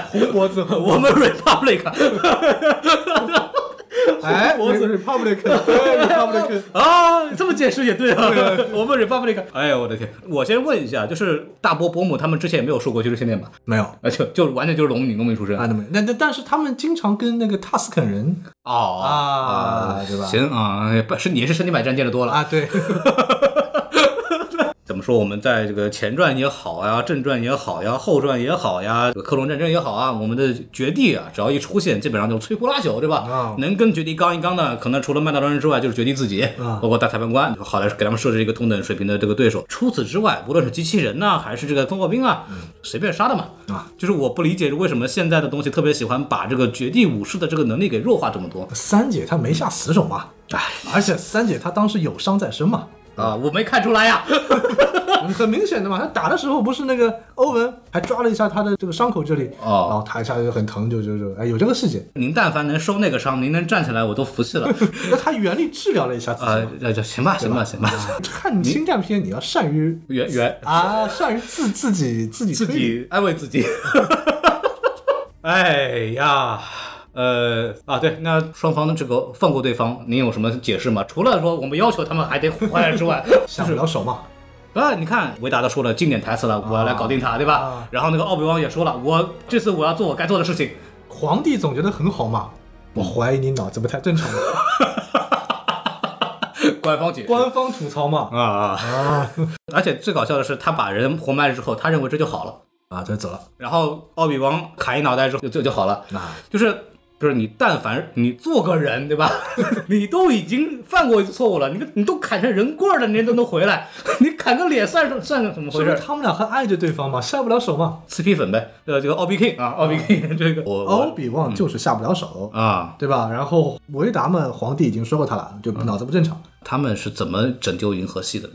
红脖子， 我们 Republic 哎，红脖子 Republic，对 Republic。啊，这么解释也对啊，我们 Republic。哎呦我的天！我先问一下，就是大伯伯母他们之前也没有受过学术训练吧？没有，啊，就就完全就是农民农民出身啊，那没，那那但是他们经常跟那个塔斯肯人哦啊对吧行啊，哎不是你也是身体买战见得多了啊，对，怎么说？我们在这个前传也好呀，正传也好呀，后传也好呀，这个克隆战争也好啊，我们的绝地啊，只要一出现，基本上就是摧枯拉朽，对吧？啊能跟绝地刚一刚的，可能除了曼达洛人之外，就是绝地自己，啊包括大裁判官，好来给他们设置一个同等水平的这个对手。除此之外，无论是机器人呐、还是这个风暴兵啊，随便杀的嘛。嗯啊，就是我不理解为什么现在的东西特别喜欢把这个绝地武士的这个能力给弱化这么多。 三姐她没下死手嘛，哎，而且三姐她当时有伤在身嘛，啊，我没看出来呀。 很明显的嘛，她打的时候不是那个欧文还抓了一下她的这个伤口这里，哦然后她一下就很疼，就就就，哎，有这个 细节，您但凡能收那个伤，您能站起来，我都服气了。那她原力治疗了一下自己啊嘛。，那就行吧，行吧，行吧。看星战片，你要善于 原原 啊，善于自自己自己自推理己安慰自己。 哎呀，呃啊，对，那双方的这个放过对方，您有什么解释吗？除了说我们要求他们还得回来之外，下不了手嘛，啊，你看维达都说了经典台词了，我要来搞定他，对吧？啊然后那个奥比王也说了，我这次我要做我该做的事情。皇帝总觉得很好嘛，我怀疑你脑子不太正常嘛，官方解释官方吐槽嘛，啊啊！啊而且最搞笑的是，他把人活埋了之后，他认为这就好了。 啊，这走了。然后奥比王砍一脑袋之后就就就好了。啊就是就是你但凡你做个人，对吧？ 你都已经犯过一次错误了，你你都砍成人棍儿了，你都能回来， 你砍个脸算算个怎么是回不是事？他们俩还爱着对方嘛，下不了手嘛？ c p 粉呗，呃，这个奥比 King 啊，奥比 King 这个哦我奥我哦比旺就是下不了手，嗯啊，对吧？然后维达们皇帝已经说过他了，就嗯脑子不正常。他们是怎么拯救银河系的呢？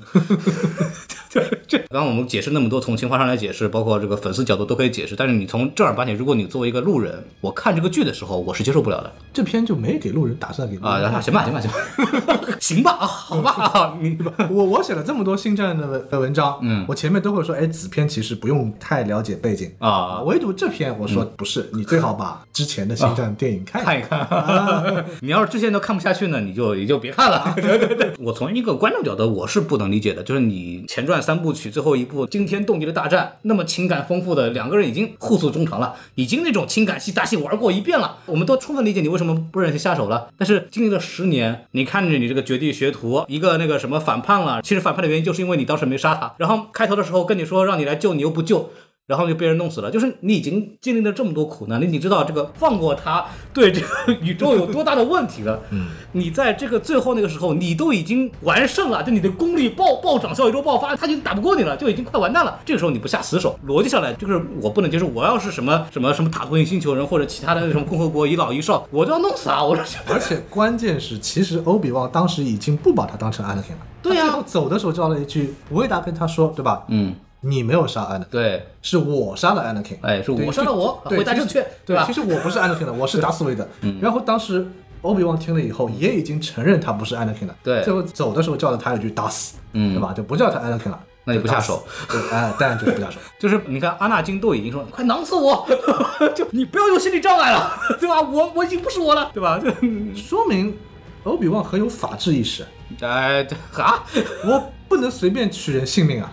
就是这，刚刚我们解释那么多，从情怀上来解释，包括这个粉丝角度都可以解释。但是你从正儿八经，如果你作为一个路人，我看这个剧的时候，我是接受不了的这篇就没给路人打算给路人啊。然后行吧，行吧，行吧， 行吧啊，好吧，啊你 我我写了这么多星战的文的文章，嗯，我前面都会说，哎，此篇其实不用太了解背景啊唯独这篇我说不是，你最好把之前的星战电影看一看。看一看。 你要是之前都看不下去呢，你就也就别看了。 对对对，我从一个观众角度，我是不能理解的，就是你前传三部曲最后一部惊天动地的大战，那么情感丰富的两个人已经互诉衷肠了，已经那种情感戏大戏玩过一遍了，我们都充分理解你为什么不忍心下手了。但是经历了十年，你看着你这个绝地学徒一个那个什么反叛了，其实反叛的原因就是因为你当时没杀他，然后开头的时候跟你说让你来救你又不救。然后就被人弄死了。就是你已经经历了这么多苦难，你你知道这个放过他对这个宇宙有多大的问题了。嗯，你在这个最后那个时候，你都已经完胜了，就你的功力暴暴涨，小宇宙爆发，他已经打不过你了，就已经快完蛋了。这个时候你不下死手，逻辑上来就是我不能接受。我要是什么什么什么塔图因星球人或者其他的什么共和国遗老遗少，我都要弄死啊！我说而且关键是，其实欧比旺当时已经不把他当成安德肯了。对呀他最后走的时候叫了一句，维达跟他说，对吧？嗯，你没有杀安德肯，对，是我杀了安德肯。哎是我对杀了我对，回答其实正确对对吧嗯其实我不是安德肯的，我是达斯维德。然后当时欧比旺听了以后，也已经承认他不是安德肯了。对最后走的时候叫了他一句打死，嗯对吧？就不叫他安德肯了。那就不下打死手。 对，哎，当然就是不下手。就是你看阿纳金都已经说快囊死我， 就你不要有心理障碍了， 对吧？我我已经不是我了，对吧？ 就说明欧比旺很有法治意识，哎 啊我不能随便取人性命啊，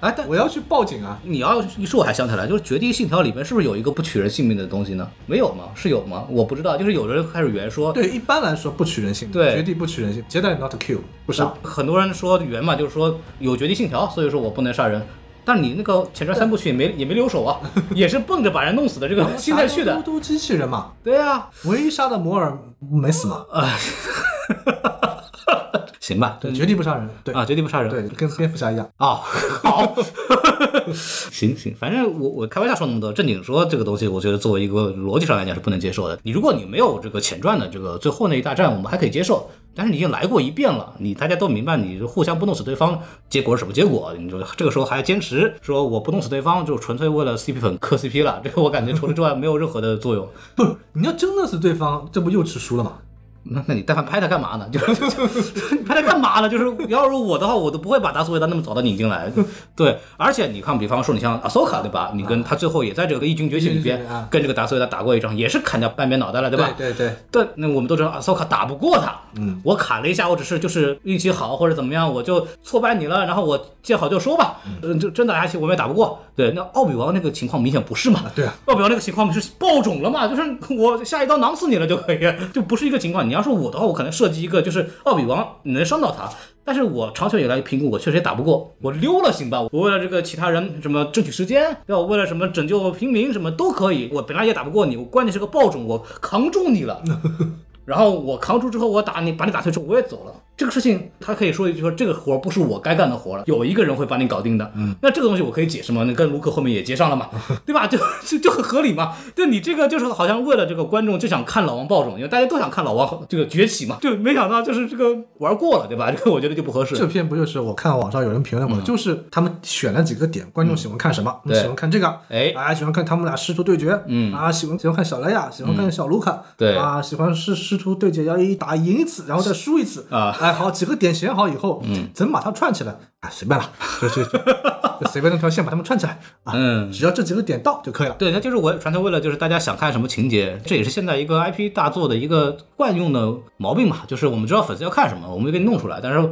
哎，但我要去报警啊。你要一说，我还想起来，就是《绝地信条》里面是不是有一个不取人性命的东西呢？没有吗？是有吗？我不知道。就是有人开始原说，对，一般来说不取人性命，对绝对不取人性命，绝对 not kill，不是啊杀。很多人说原嘛，就是说有《绝地信条》，所以说我不能杀人。但你那个前传三部曲也没也没留手啊， 也是蹦着把人弄死的这个心态去大家的。都都机器人嘛，对啊， 唯一杀的摩尔没死嘛，呃行吧，对，绝对不杀人，对啊，绝对不杀人。对，跟蝙蝠侠一样。啊、好， 行行，反正我我开玩笑说那么多，正经说这个东西，我觉得作为一个逻辑上来讲是不能接受的。你如果你没有这个前传的这个最后那一大战，我们还可以接受，但是你已经来过一遍了，你大家都明白，你互相不弄死对方，结果是什么结果？你说这个时候还坚持说我不弄死对方，就纯粹为了 CP 粉磕 CP 了，这个我感觉除了之外没有任何的作用。不，你要真的是对方，这不又吃书了吗？那那你但凡拍他干嘛呢？ 就是你拍他干嘛呢？就是要是我的话，我都不会把达斯维达那么早的引进来。 对，而且你看，比方说你像阿索卡对吧？你跟他最后也在这个《异军觉醒》里边对对对啊跟这个达斯维达打过一仗，也是砍掉半边脑袋了，对吧？对对，但那我们都知道阿索卡打不过他，嗯，我砍了一下，我只是就是运气好或者怎么样，我就挫败你了，然后我见好就收吧，嗯，就真打下去我们也打不过。对，那奥比王那个情况明显不是嘛？对啊，奥比王那个情况是爆种了嘛？就是我下一刀囊死你了就可以， 就不是一个情况。你要说我的话，我可能设计一个就是奥比王你能伤到他。但是我长久以来评估，我确实也打不过，我溜了行吧？我为了这个其他人什么争取时间，对吧？为了什么拯救平民什么都可以，我本来也打不过你，我关键是个爆种，我扛住你了。然后我扛住之后，我打你，把你打退之后，我也走了。这个事情，他可以说一句说，这个活儿不是我该干的活儿了，有一个人会把你搞定的。嗯，那这个东西我可以解释吗？那跟卢克后面也接上了 嘛，对吧？就就就很合理嘛。对你这个就是好像为了这个观众就想看老王暴种，因为大家都想看老王这个崛起嘛，就没想到就是这个玩过了，对吧？这个我觉得就不合适。这篇不就是我看网上有人评论过，就是他们选了几个点，观众喜欢看什么，嗯对喜欢看这个，哎啊，喜欢看他们俩师徒对决，嗯啊，喜欢喜欢看小莱娅，喜欢看小卢卡，对啊，喜欢是师徒对决要一打赢一次，然后再输一次，啊哎，好，几个点选好以后，嗯，怎么把它串起来？啊，随便了， 就就就就随便弄条线把它们串起来啊，嗯只要这几个点到就可以了。对，那就是我传统为了就是大家想看什么情节，这也是现在一个 IP 大作的一个惯用的毛病嘛，就是我们知道粉丝要看什么，我们就给你弄出来，但是。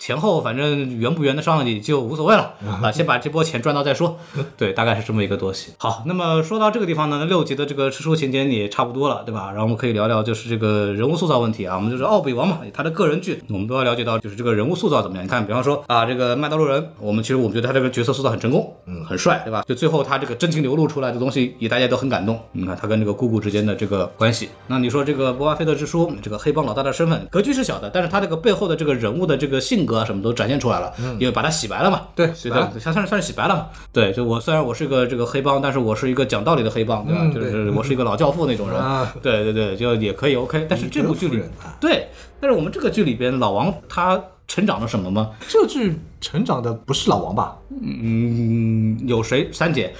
前后反正圆不圆得上去就无所谓了啊，先把这波钱赚到再说。对，大概是这么一个东西。好，那么说到这个地方呢，六集的这个吃书情节也差不多了，对吧？然后我们可以聊聊就是这个人物塑造问题啊。我们就是奥比王嘛，他的个人剧，我们都要了解到就是这个人物塑造怎么样。你看，比方说啊，这个麦道路人，我们其实我们觉得他这个角色塑造很成功，嗯，很帅，对吧？就最后他这个真情流露出来的东西，也大家都很感动。你看他跟这个姑姑之间的这个关系，那你说这个波巴菲特之书，这个黑帮老大的身份格局是小的，但是他这个背后的这个人物的这个性格啊什么都展现出来了，因为把他洗白了嘛，嗯对所洗以白他了算算是算是洗白了嘛。对，就我虽然我是个这个黑帮，但是我是一个讲道理的黑帮，对吧？嗯就对是我是一个老教父那种人，啊对对对，就也可以 OK。但是这部剧以里德服人啊，对，但是我们这个剧里边，老王他成长了什么吗？这剧成长的不是老王吧？嗯，有谁？三姐，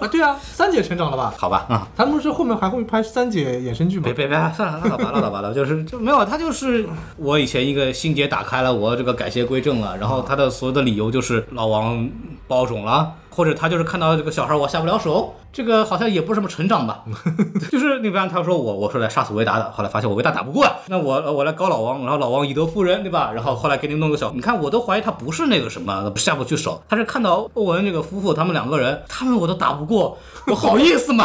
啊，对啊，三姐成长了吧？好吧，啊、他们不是后面还会拍三姐衍生剧吗别？别别，算了，拉倒吧，拉倒吧，就是就没有，他就是我以前一个心结打开了，我这个改邪归正了，然后他的所有的理由就是老王包种了，或者他就是看到这个小孩我下不了手，这个好像也不是什么成长吧， 就是你比方他说我我是来杀死维达的，后来发现我维达打不过呀，那我我来搞老王，然后老王以德服人，对吧？然后后来给你弄个小，你看我都怀疑他不是那个什么下不去手，他是看到欧文这个夫妇他们两个人，他们我都打不过，我好意思吗？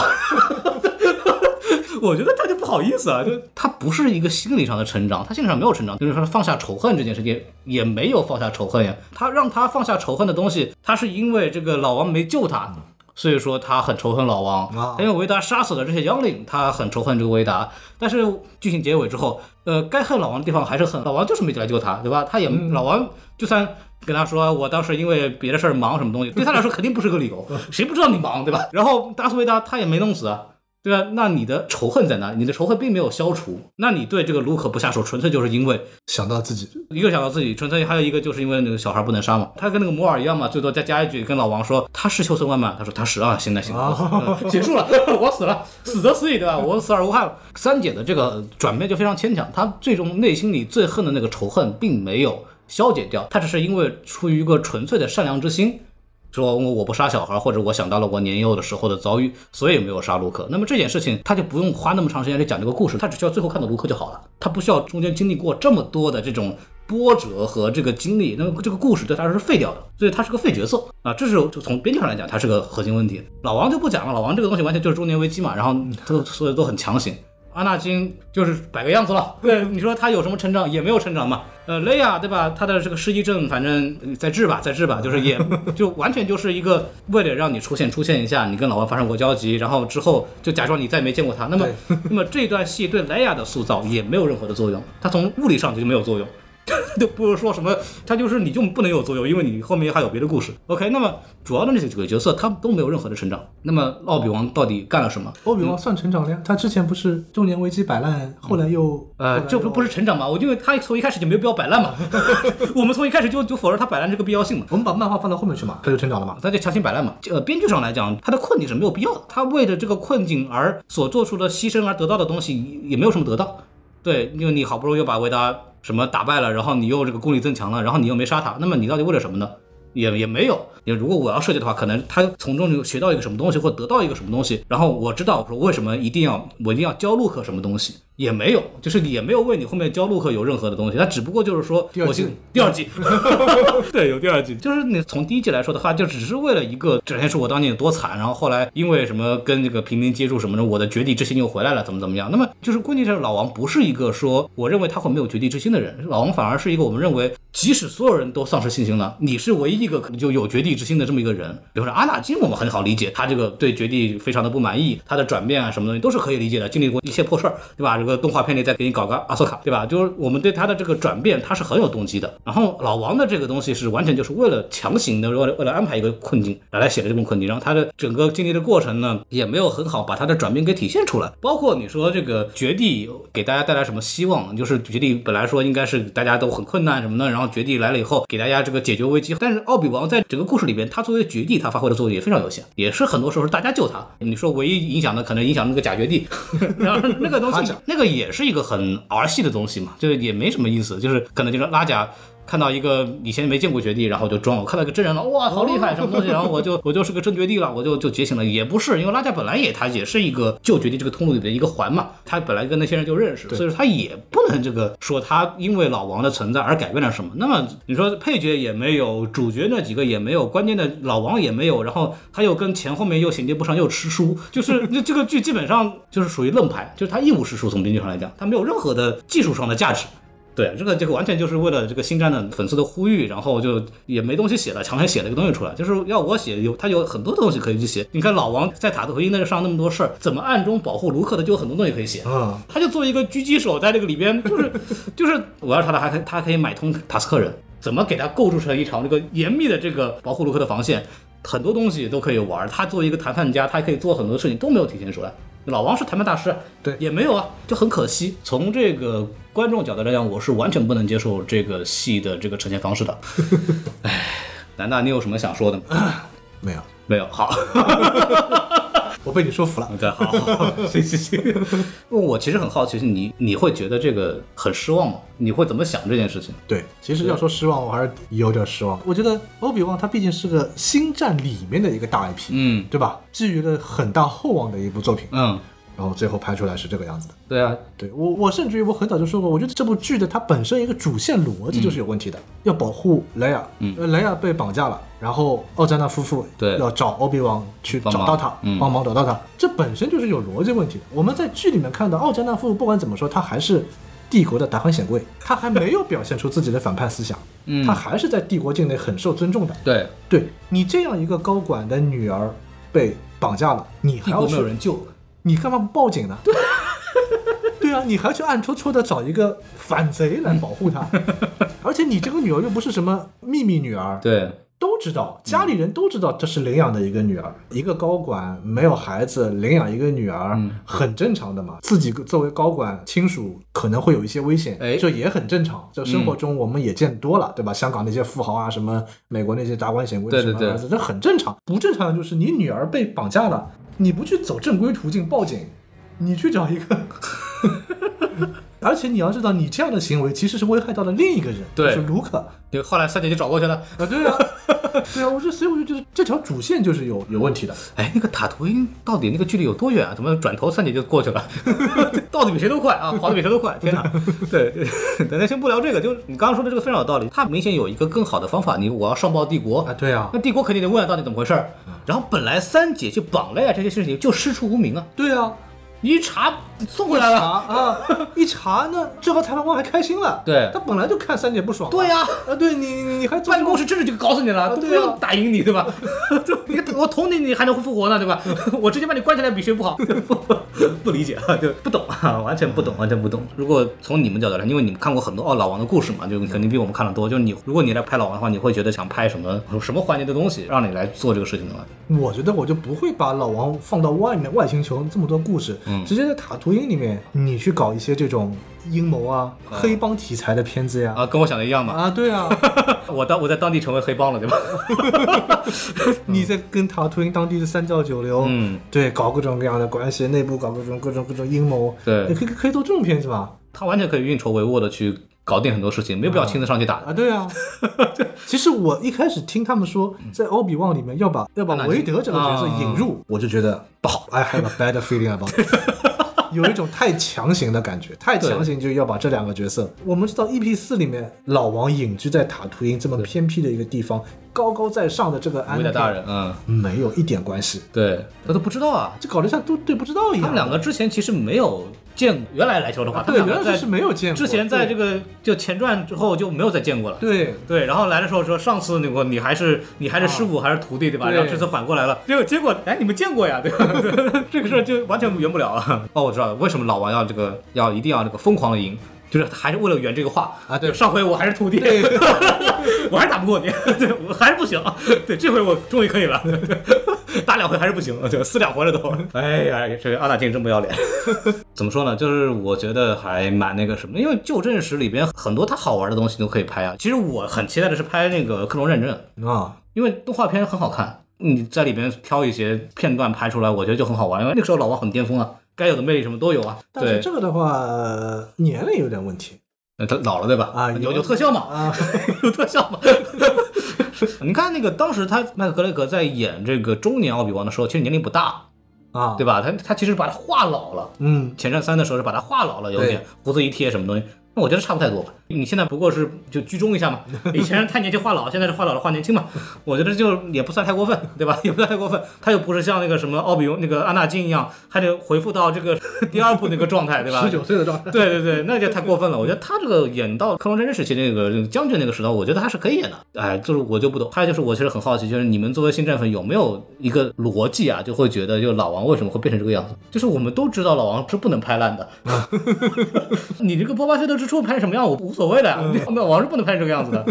我觉得他就不好意思啊，就他不是一个心理上的成长，他心理上没有成长，就是说放下仇恨这件事情也没有放下仇恨呀。他让他放下仇恨的东西，他是因为这个老王没救他，所以说他很仇恨老王。啊因为维达杀死了这些妖灵，他很仇恨这个维达。但是剧情结尾之后，呃，该恨老王的地方还是恨，老王就是没来救他，对吧？他也、老王就算跟他说我当时因为别的事儿忙什么东西，对他来说肯定不是个理 由，谁不知道你忙对吧？然后达斯维达他也没弄死啊。对吧？那你的仇恨在哪里？你的仇恨并没有消除，那你对这个卢可不下手，纯粹就是因为想到自己，一个想到自己，纯粹还有一个就是因为那个小孩不能杀嘛。他跟那个摩尔一样嘛，最多再加一句跟老王说他是休斯万曼，他说他是啊，行了行了，嗯结束了， 我死了，死则死矣，对吧？我死而无憾了。三姐的这个转变就非常牵强，她最终内心里最恨的那个仇恨并没有消解掉，她只是因为出于一个纯粹的善良之心，说我不杀小孩，或者我想到了我年幼的时候的遭遇，所以没有杀卢克。那么这件事情，他就不用花那么长时间来讲这个故事，他只需要最后看到卢克就好了，他不需要中间经历过这么多的这种波折和这个经历。那么这个故事对他来说是废掉的，所以他是个废角色啊。这是就从编剧上来讲，他是个核心问题。老王就不讲了，老王这个东西完全就是中年危机嘛，然后都所有都很强行。阿纳金就是摆个样子了。对，你说他有什么成长？也没有成长嘛。呃，雷亚对吧？他的这个失忆症，反正呃再治吧，再治吧，就是也就完全就是一个为了让你出现出现一下，你跟老王发生过交集，然后之后就假装你再也没见过他。那么，那么这段戏对雷亚的塑造也没有任何的作用，他从物理上就没有作用。就不是说什么，他就是你就不能有作用，因为你后面还有别的故事。OK，那么主要的那几个角色，他们都没有任何的成长。那么奥比王到底干了什么？ 欧比旺算成长了呀。他之前不是中年危机摆烂，后来又呃，这不不是成长嘛？我因为他从一开始就没有必要摆烂嘛， 我们从一开始就就否认他摆烂这个必要性嘛。我们把漫画放到后面去嘛，他就成长 了嘛。他就强行摆烂嘛。呃，编剧上来讲，他的困境是没有必要的。他为了这个困境而所做出的牺牲而得到的东西，也也没有什么得到。对，因为你好不容易把维达什么打败了，然后你又这个功力增强了，然后你又没杀他，那么你到底为了什么呢？也也没有。也如果我要设计的话，可能他从中就学到一个什么东西，或得到一个什么东西，然后我知道我说为什么一定要我一定要教陆克什么东西，也没有，就是也没有为你后面教陆克有任何的东西，他只不过就是说第二我季先第二 季，对，有第二季，就是你从第一季来说的话，就只是为了一个展现出我当年有多惨，然后后来因为什么跟这个平民接触什么的，我的绝地之心又回来了，怎么怎么样。那么就是关键是老王不是一个说我认为他会没有绝地之心的人，老王反而是一个我们认为即使所有人都丧失信心了，你是唯一一个可能就有绝地之心的这么一个人。比如说阿纳金，我们很好理解，他这个对绝地非常的不满意，他的转变啊什么东西都是可以理解的，经历过一些破事儿，对吧？这个动画片里再给你搞个阿索卡，对吧？就是我们对他的这个转变，他是很有动机的。然后老王的这个东西是完全就是为了强行的，为了为了安排一个困境来来写的这种困境，然后他的整个经历的过程呢，也没有很好把他的转变给体现出来。包括你说这个绝地给大家带来什么希望，就是绝地本来说应该是大家都很困难什么的，然后绝地来了以后给大家这个解决危机，但是奥比王在整个故事里边，他作为绝地，他发挥的作用也非常有限，也是很多时候是大家救他。你说唯一影响的可能影响那个假绝地，然后那个东西那个也是一个很儿戏的东西嘛，就是也没什么意思，就是可能就是拉贾。看到一个以前没见过绝地，然后就装；我看到一个真人了，哇，好厉害，什么东西？然后我就我 就是个真绝地了，我就就觉醒了。也不是，因为拉加本来也他也是一个旧绝地这个通路里的一个环嘛，他本来跟那些人就认识，所以说他也不能这个说他因为老王的存在而改变了什么。那么你说配角也没有，主角那几个也没有，关键的老王也没有，然后他又跟前后面又衔接不上，又吃书，就是那这个剧基本上就是属于愣牌，就是他一无是处。从编剧上来讲，他没有任何的技术上的价值。对，啊这个这个完全就是为了这个星战的粉丝的呼吁，然后就也没东西写了，强行写了一个东西出来，就是要我写有他有很多的东西可以去写。你看老王在塔特回那上那么多事儿，怎么暗中保护卢克的，就有很多东西可以写。啊，他就作为一个狙击手，在这个里边就是就是，我要是他的，还可以他可以买通塔斯克人，怎么给他构筑成一场这个严密的这个保护卢克的防线，很多东西都可以玩儿。他作为一个谈判家，他可以做很多事情都没有体现出来。老王是谈判大师，对也没有啊，就很可惜。从这个观众角度来讲，我是完全不能接受这个戏的这个呈现方式的。唉，南大，你有什么想说的吗？没有，没有，好。我被你说服了。 对，好，行行行。我其实很好奇，你你会觉得这个很失望吗？你会怎么想这件事情？对，其实要说失望，我还是有点失望。我觉得欧比旺他毕竟是个星战里面的一个大 IP，嗯对吧？寄予了很大厚望的一部作品，嗯，然后最后拍出来是这个样子的。对啊，对我，我甚至于我很早就说过，我觉得这部剧的它本身一个主线逻辑就是有问题的，要保护莱雅，嗯呃，莱雅被绑架了，然后奥扎纳夫妇对要找欧比王去帮找忙到他，嗯帮忙找到他，这本身就是有逻辑问题的。我们在剧里面看到奥扎纳夫妇不管怎么说，他还是帝国的达官显贵，他还没有表现出自己的反叛思想，嗯他还是在帝国境内很受尊重的。对，对你这样一个高管的女儿被绑架了，你还帝要国去没有人救，你干嘛不报警呢？对，啊，你还去暗戳戳的找一个反贼来保护她，而且你这个女儿又不是什么秘密女儿，对，都知道，家嗯里人都知道这是领养的一个女儿，一个高管没有孩子，领养一个女儿、嗯很正常的嘛。自己作为高管亲属可能会有一些危险，哎嗯这也很正常。这生活中我们也见多了，对吧？香港那些富豪啊，什么美国那些达官显贵对的对什么儿子，这很正常。不正常的就是你女儿被绑架了，你不去走正规途径报警，你去找一 个。 而且你要知道，你这样的行为其实是危害到了另一个人，对就是卢克。就后来三姐就找过去了。啊，对啊， 对啊，我就所以我就觉得这条主线就是有有问题的。哎，那个塔图因到底那个距离有多远啊？怎么转头三姐就过去了？ 到底比谁都快啊，跑得比谁都快！天哪！对， 对咱先不聊这个，就是你刚刚说的这个非常有道理。他明显有一个更好的方法，你我要上报帝国啊，对啊那，帝国肯定得问到底怎么回事儿。然后本来三姐去绑了呀，这些事情就师出无名啊，对啊，你一查送回来查了。啊，一查呢，这个裁判官还开心了。 对他本来就看三姐不爽。对 呀、啊，对你你你还做办公室真的就搞死你了，啊都不对啊用打赢你，对 吧？就你我捅你，你还能复活呢，对吧？ 我直接把你关起来比谁不好，不 不理解啊，就不懂啊，完全不懂，完全不懂。如果从你们角度来，因为你们看过很多哦老王的故事嘛，就肯定比我们看的多。就是你如果你来拍老王的话，你会觉得想拍什么什么环节的东西，让你来做这个事情的话，我觉得我就不会把老王放到外面外星球这么多故事，嗯直接在塔图因里面你去搞一些这种阴谋啊、黑帮题材的片子呀。嗯啊，嗯跟我想的一样嘛。啊，对 啊，我当我在当地成为黑帮了，对吧？ 你在跟塔图因当地的三教九流，嗯，对，搞各种各样的关系，内部搞各种各种各种阴谋，对你可以可以做这种片子吧？他完全可以运筹帷幄的去搞定很多事情，没有必要亲自上去打。啊，对 啊。其实我一开始听他们说，在欧比旺里面要嗯把要把韦德这个角色啊引入，我就觉得不好，I have a bad feeling about it。有 一种太强行的感觉，太强行就要把这两个角色。我们知道 EP 四里面，老王隐居在塔图因这么偏僻的一个地方，高高在上的这个安伟娜大大人，嗯，没有一点关系，对他都不知道啊，这搞得像都对不知道一样。他们两个之前其实没有见过，啊原来来球的话，他对们原两个来在是没有见过，之前在这个就前传之后就没有再见过了。对对，然后来的时候说上次那个你还是你还是师傅还是徒弟对吧？对然后这次反过来了，结果结果哎你们见过呀对吧？ 这个事儿就完全圆不了啊。哦，我知道了，为什么老王要这个要一定要这个疯狂的赢。就是还是为了圆这个话啊对上回我还是徒弟，我还是打不过你，对我还是不行，对，这回我终于可以了， 对打两回还是不行，对，撕两回了都。哎呀，这个阿纳金真不要脸。 怎么说呢？就是我觉得还蛮那个什么，因为旧正史里边很多它好玩的东西都可以拍啊。其实我很期待的是拍那个《克隆认证》，啊，因为动画片很好看，你在里边挑一些片段拍出来，我觉得就很好玩。因为那个时候老王很巅峰啊，该有的魅力什么都有啊。但是对这个的话、呃年龄有点问题。呃他老了对吧？啊有有有特效嘛？ 啊，有特效吗？ 你看那个当时他麦克格雷格在演这个中年奥比王的时候，其实年龄不大，啊，对吧？吧？他他其实把他画老了。嗯，前战三的时候是把他画老了，有点对胡子一贴什么东西。那我觉得差不太多吧。你现在不过是就居中一下嘛，以前是太年轻画老，现在是画老了画年轻嘛。我觉得就也不算太过分，对吧？也 不算太过分。他又不是像那个什么奥比那个安纳金一样，还得回复到这个 第二部那个状态， 对吧？十九岁的状 态，对对对，那就太过分了。我觉得他这个演到克隆战争时期那个那个将军那个时代，我觉得还是可以演的。哎，就是我就不懂。还有就是我其实很好奇，就是你们作为新战粉有没有一个逻辑啊，就会觉得就老王为什么会变成这个样子？就是我们都知道老王是不能拍 烂的，你这个波巴费特之初拍成什么样我无所谓的呀，老王是不能拍成这个样子的。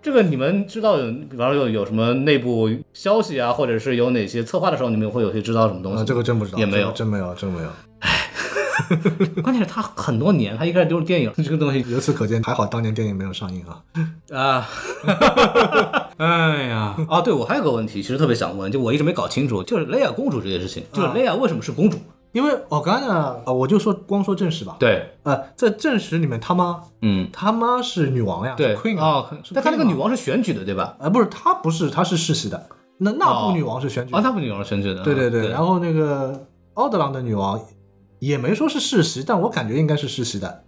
这个你们知道有，比方说有有什么内部消息啊，或者是有哪些策划的时候，你们会有些知道什么东西吗？啊，这个真不知道，也没有这个真没有，真没有。关键是他很多年，他一开始就是电影这个东西由此可见，还好当年电影没有上映啊。啊， 哎呀，啊，对我还有个问题，其实特别想问，就我一直没搞清楚，就是雷亚公主这件事情，就是雷亚为什么是公主？因为 Organa 啊，我就说光说正史吧。，对，呃，在正史里面，他妈嗯，他妈是女王呀，对是，Queen 啊，哦，但她那个女王是选举的，对吧？呃，不是，她不是，她是世袭的。那那哦布女王是选举的啊，，她不是女王是选举的，啊对对对，对，然后那个奥德朗的女王也没说是世袭，但我感觉应该是世袭的，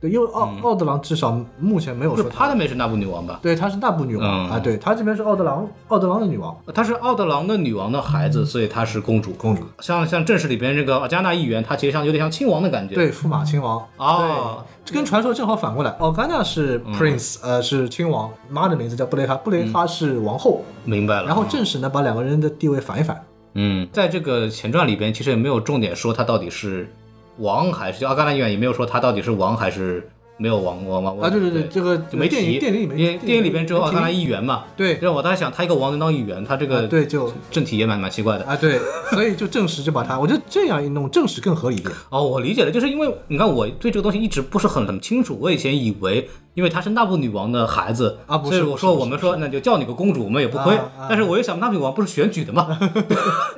对，因为奥、嗯奥德朗至少目前没有不说是帕拉梅是那部女王吧？对，她是那部女王、嗯啊，对，她这边是奥德朗奥德朗的女王她是奥德朗的女王的孩子，所以她是公主。公主，像像正史里边这个加纳议员，她其实像有点像亲王的感觉。对，驸马亲王哦，对这跟传说正好反过来，奥甘娜是嗯 prince，、呃，是亲王，妈的名字叫布雷哈，布雷哈是王后，明白了。然后正史呢把两个人的地位反一反，嗯，在这个前传里边，其实也没有重点说他到底是王还是就阿甘那演员也没有说他到底是王还是没有王王王啊，对对对，这个嗯就没电提。影电影里面因为电影里边只有没奥提甘纳呃议员嘛，对让我当时想，他一个王能当议员，他这啊个对就政体也蛮蛮奇怪的。啊对， 所以就正史就把它，我觉得这样一弄正史更合理一点。哦，我理解了，就是因为你看我对这个东西一直不是很很清楚，我以前以为因为她是纳布女王的孩子啊不所以是我不是说不是我们说那就叫你个公主，我们也不亏。啊啊但是我又想，纳布女王不是选举的 嘛？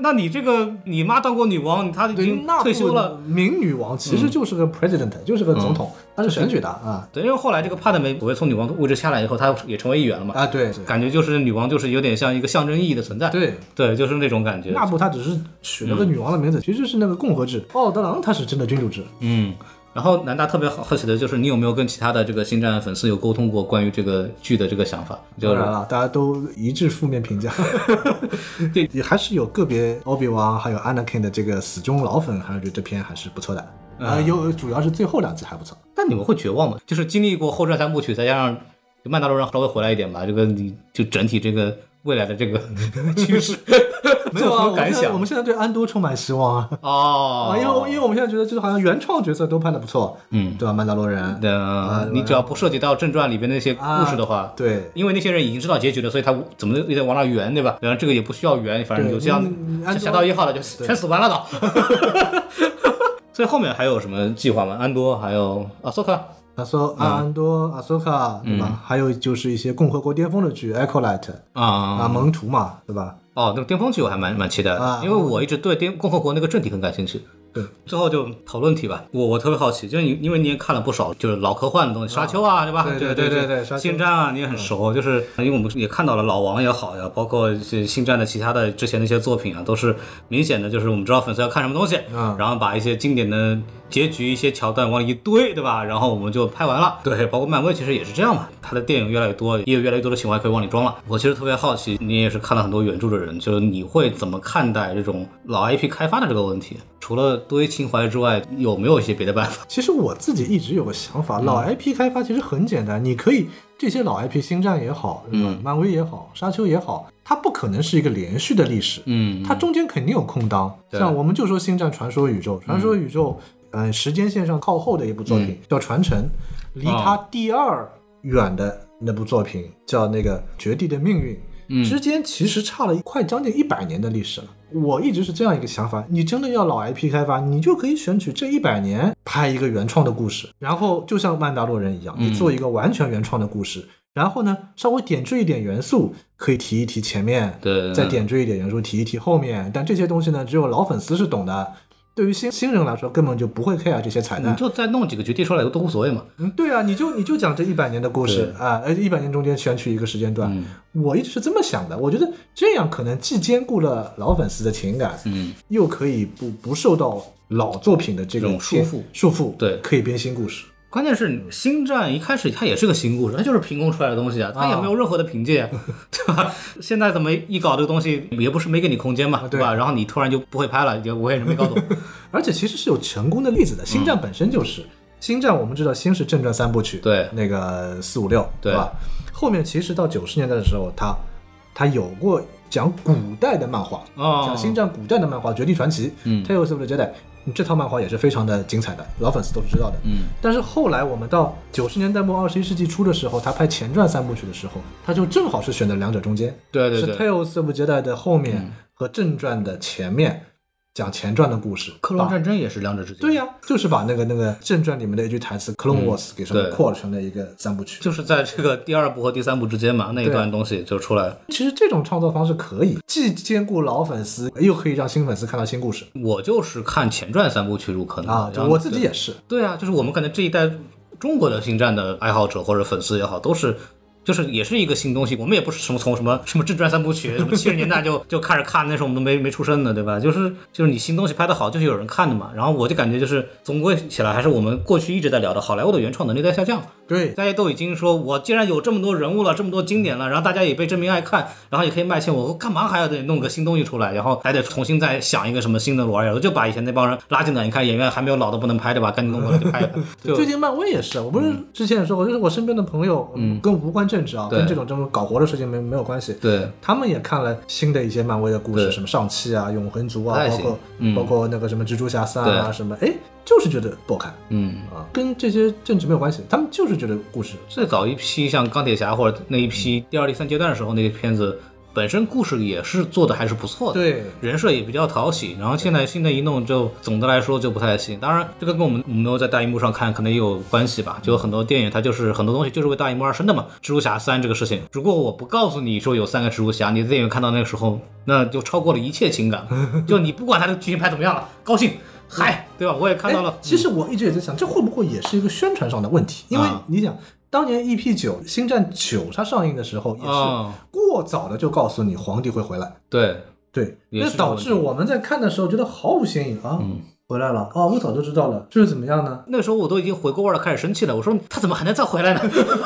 那你这个你妈当过女王，她已对，经纳布退休了，嗯明女王其实就是个 president，、就是个总统，她是选举的啊对，因为后来这个帕特梅，所谓从女王位置下来以后，她也成为议员了嘛，啊，对感觉就是女王就是有点像一个象征意义的存在，对。对，就是那种感觉。纳布她只是取嗯了个女王的名字，其实就是那个共和制。奥德朗他是真的君主制，嗯，然后南大特别好好奇的就是，你有没有跟其他的这个星战粉丝有沟通过关于这个剧的这个想法？就当是然了，大家都一致负面评价。 对，也还是有个别欧比王还有 Anakin 的这个死忠老粉，还是觉得这片还是不错的。呃，嗯有主要是最后两集还不错。那你们会绝望吗？就是经历过后传三部曲，再加上就曼达洛人稍微回来一点吧，这个你就整体这个未来的这个 趋 势，作我何们啊感现在想？我们现在对安多充满希望啊。哦啊，，因为因为我们现在觉得就是好像原创角色都拍的不错，嗯对吧？曼达洛人，啊的，你只要不涉及到正传里边那些故事的话，对，因为那些人已经知道结局了，所以他无怎么都也得往那儿圆，对吧？然后这个也不需要圆，反正对就像嗯像安侠盗多一号了，就全死完了都。 所以后面还有什么计划吗？安多还有啊，索克他说嗯阿啊安多、阿索卡，对吧？还有就是一些共和国巅峰的剧，Acolyte 啊，啊蒙图嘛，对吧？哦，那个巅峰剧我还蛮蛮期待的，啊因为我一直对巅共和国那个政体很感兴趣。对，最后就讨论题吧，我我特别好奇，就是你因为你也看了不少就是老科幻的东西，沙丘啊，对吧？对对对对对对沙丘星战啊，你也很熟，就是因为我们也看到了老王也好呀，包括一些星战的其他的之前的一些作品啊，都是明显的就是我们知道粉丝要看什么东西，嗯然后把一些经典的结局、一些桥段往里一堆，对吧？然后我们就拍完了。对，包括漫威其实也是这样嘛，它的电影越来越多，也有越来越多的情怀可以往里装了。我其实特别好奇，你也是看了很多原著的人，就是你会怎么看待这种老 IP 开发的这个问题？除了堆情怀之外，有没有一些别的办法？其实我自己一直有个想嗯法，老 IP 开发其实很简单，你可以这些老 IP，星战也好，对吧嗯漫威也好，沙丘也好，它不可能是一个连续的历史，嗯它中间肯定有空档。对像我们就说《星战传说宇宙》，传说宇宙，嗯、呃，时间线上靠后的一部作嗯品、叫《传承》，离它第二远的那部作品叫那个《绝地的命运》。嗯之间其实差了快将近一百年的历史了。我一直是这样一个想法：你真的要老 IP 开发，你就可以选取这一百年拍一个原创的故事，然后就像《曼达洛人》一样，嗯你做一个完全原创的故事，然后呢，稍微点缀一点元素，可以提一提前面，对再点缀一点元素，提一提后面。但这些东西呢，只有老粉丝是懂的。对于新新人来说根本就不会 care 这些彩你蛋。就再弄几个绝地出来都无所谓嘛。嗯，对啊，你就你就讲这一百年的故事啊，而一百年中间选取一个时间段，嗯我一直是这么想的。我觉得这样可能既兼顾了老粉丝的情感，嗯，又可以不不受到老作品的这这种种束缚束缚，对可以编新故事。关键是《星战》一开始它也是个新故事，它就是凭空出来的东西啊，它也没有任何的凭借， 对吧？现在怎么一搞这个东西，也不是没给你空间嘛，对吧？然后你突然就不会拍了，也我也是没搞 懂。而且其实是有成功的例子的，《星战》本身就是，星战》我们知道先是正传三部曲，嗯对那个四五六，对吧？后面其实到九十年代的时候，他他有过讲古代的漫画，哦讲星战古代的漫画《绝地传奇》嗯 Tales of the Jedi》，这嗯套漫画也是非常的精彩的，老粉丝都是知道的。嗯，但是后来我们到九十年代末二十一世纪初的时候，他拍前传三部曲的时候，他就正好是选择两者中间，对对嗯是对 Tales of the Jedi 的后面和正传的前面。讲前传的故事，克隆把战争也是两者之间，对、呀、就是把那个那个正传里面的一句台词《Clone Wars》给上面嗯对扩成了一个三部曲。就是在这个第二部和第三部之间嘛，那一段东西就出来了。其实这种创作方式可以，既兼顾老粉丝，又可以让新粉丝看到新故事我就是看前传三部去入坑的啊！就嗯然后我自己也是，对啊，就是我们可能这一代中国的星战的爱好者或者粉丝也好，都是。就是也是一个新东西，我们也不是什么从什么什么正传三部曲，什么七十年代就就开始看，那时候我们都没没出生呢，对吧？就是就是你新东西拍得好，就是有人看的嘛。然后我就感觉就是总归起来还是我们过去一直在聊的好莱坞的原创能力在下降，对大家都已经说我既然有这么多人物了，这么多经典了，然后大家也被证明爱看，然后也可以卖钱，我干嘛还要得弄个新东西出来，然后还得重新再想一个什么新的玩意儿？我就把以前那帮人拉进来，你看演员还没有老的不能拍对吧？赶紧弄过来就拍。就最近漫威也是，我不是之前也说过，就是我身边的朋友，嗯，跟无关政治嗯啊，对跟这种这种搞活的事情没没有关系。对他们也看了新的一些漫威的故事，对什么上汽啊、永恒族不，啊太包行括、嗯包括那个什么蜘蛛侠三啊对什么，哎，就是觉得不好看嗯，啊，跟这些政治没有关系，他们就是觉得故事最早一批像钢铁侠或者那一批第二、第三阶段的时候，那些片子本身故事也是做的还是不错的。对人设也比较讨喜，然后现在新的一弄就总的来说就不太行。当然，这个跟我们没有在大荧幕上看可能也有关系吧。就有很多电影它就是很多东西就是为大荧幕而生的嘛。蜘蛛侠三这个事情，如果我不告诉你说有三个蜘蛛侠，你在电影院看到那个时候，那就超过了一切情感。 就你不管它的剧情拍怎么样了，高兴，嗨，对吧？我也看 到哎了，其实我一直也在想，这会不会也是一个宣传上的问题？因为啊你想，当年 EP 九《星战九》它上映的时候，也哦是过早的就告诉你皇帝会回来，对对，也那是导个问致题嗯我们在看的时候觉得毫无新颖啊，回来了啊，我早就知道了，这是怎么样呢？那时候我都已经回过味儿了，开始生气了。我说他怎么还能再回来呢？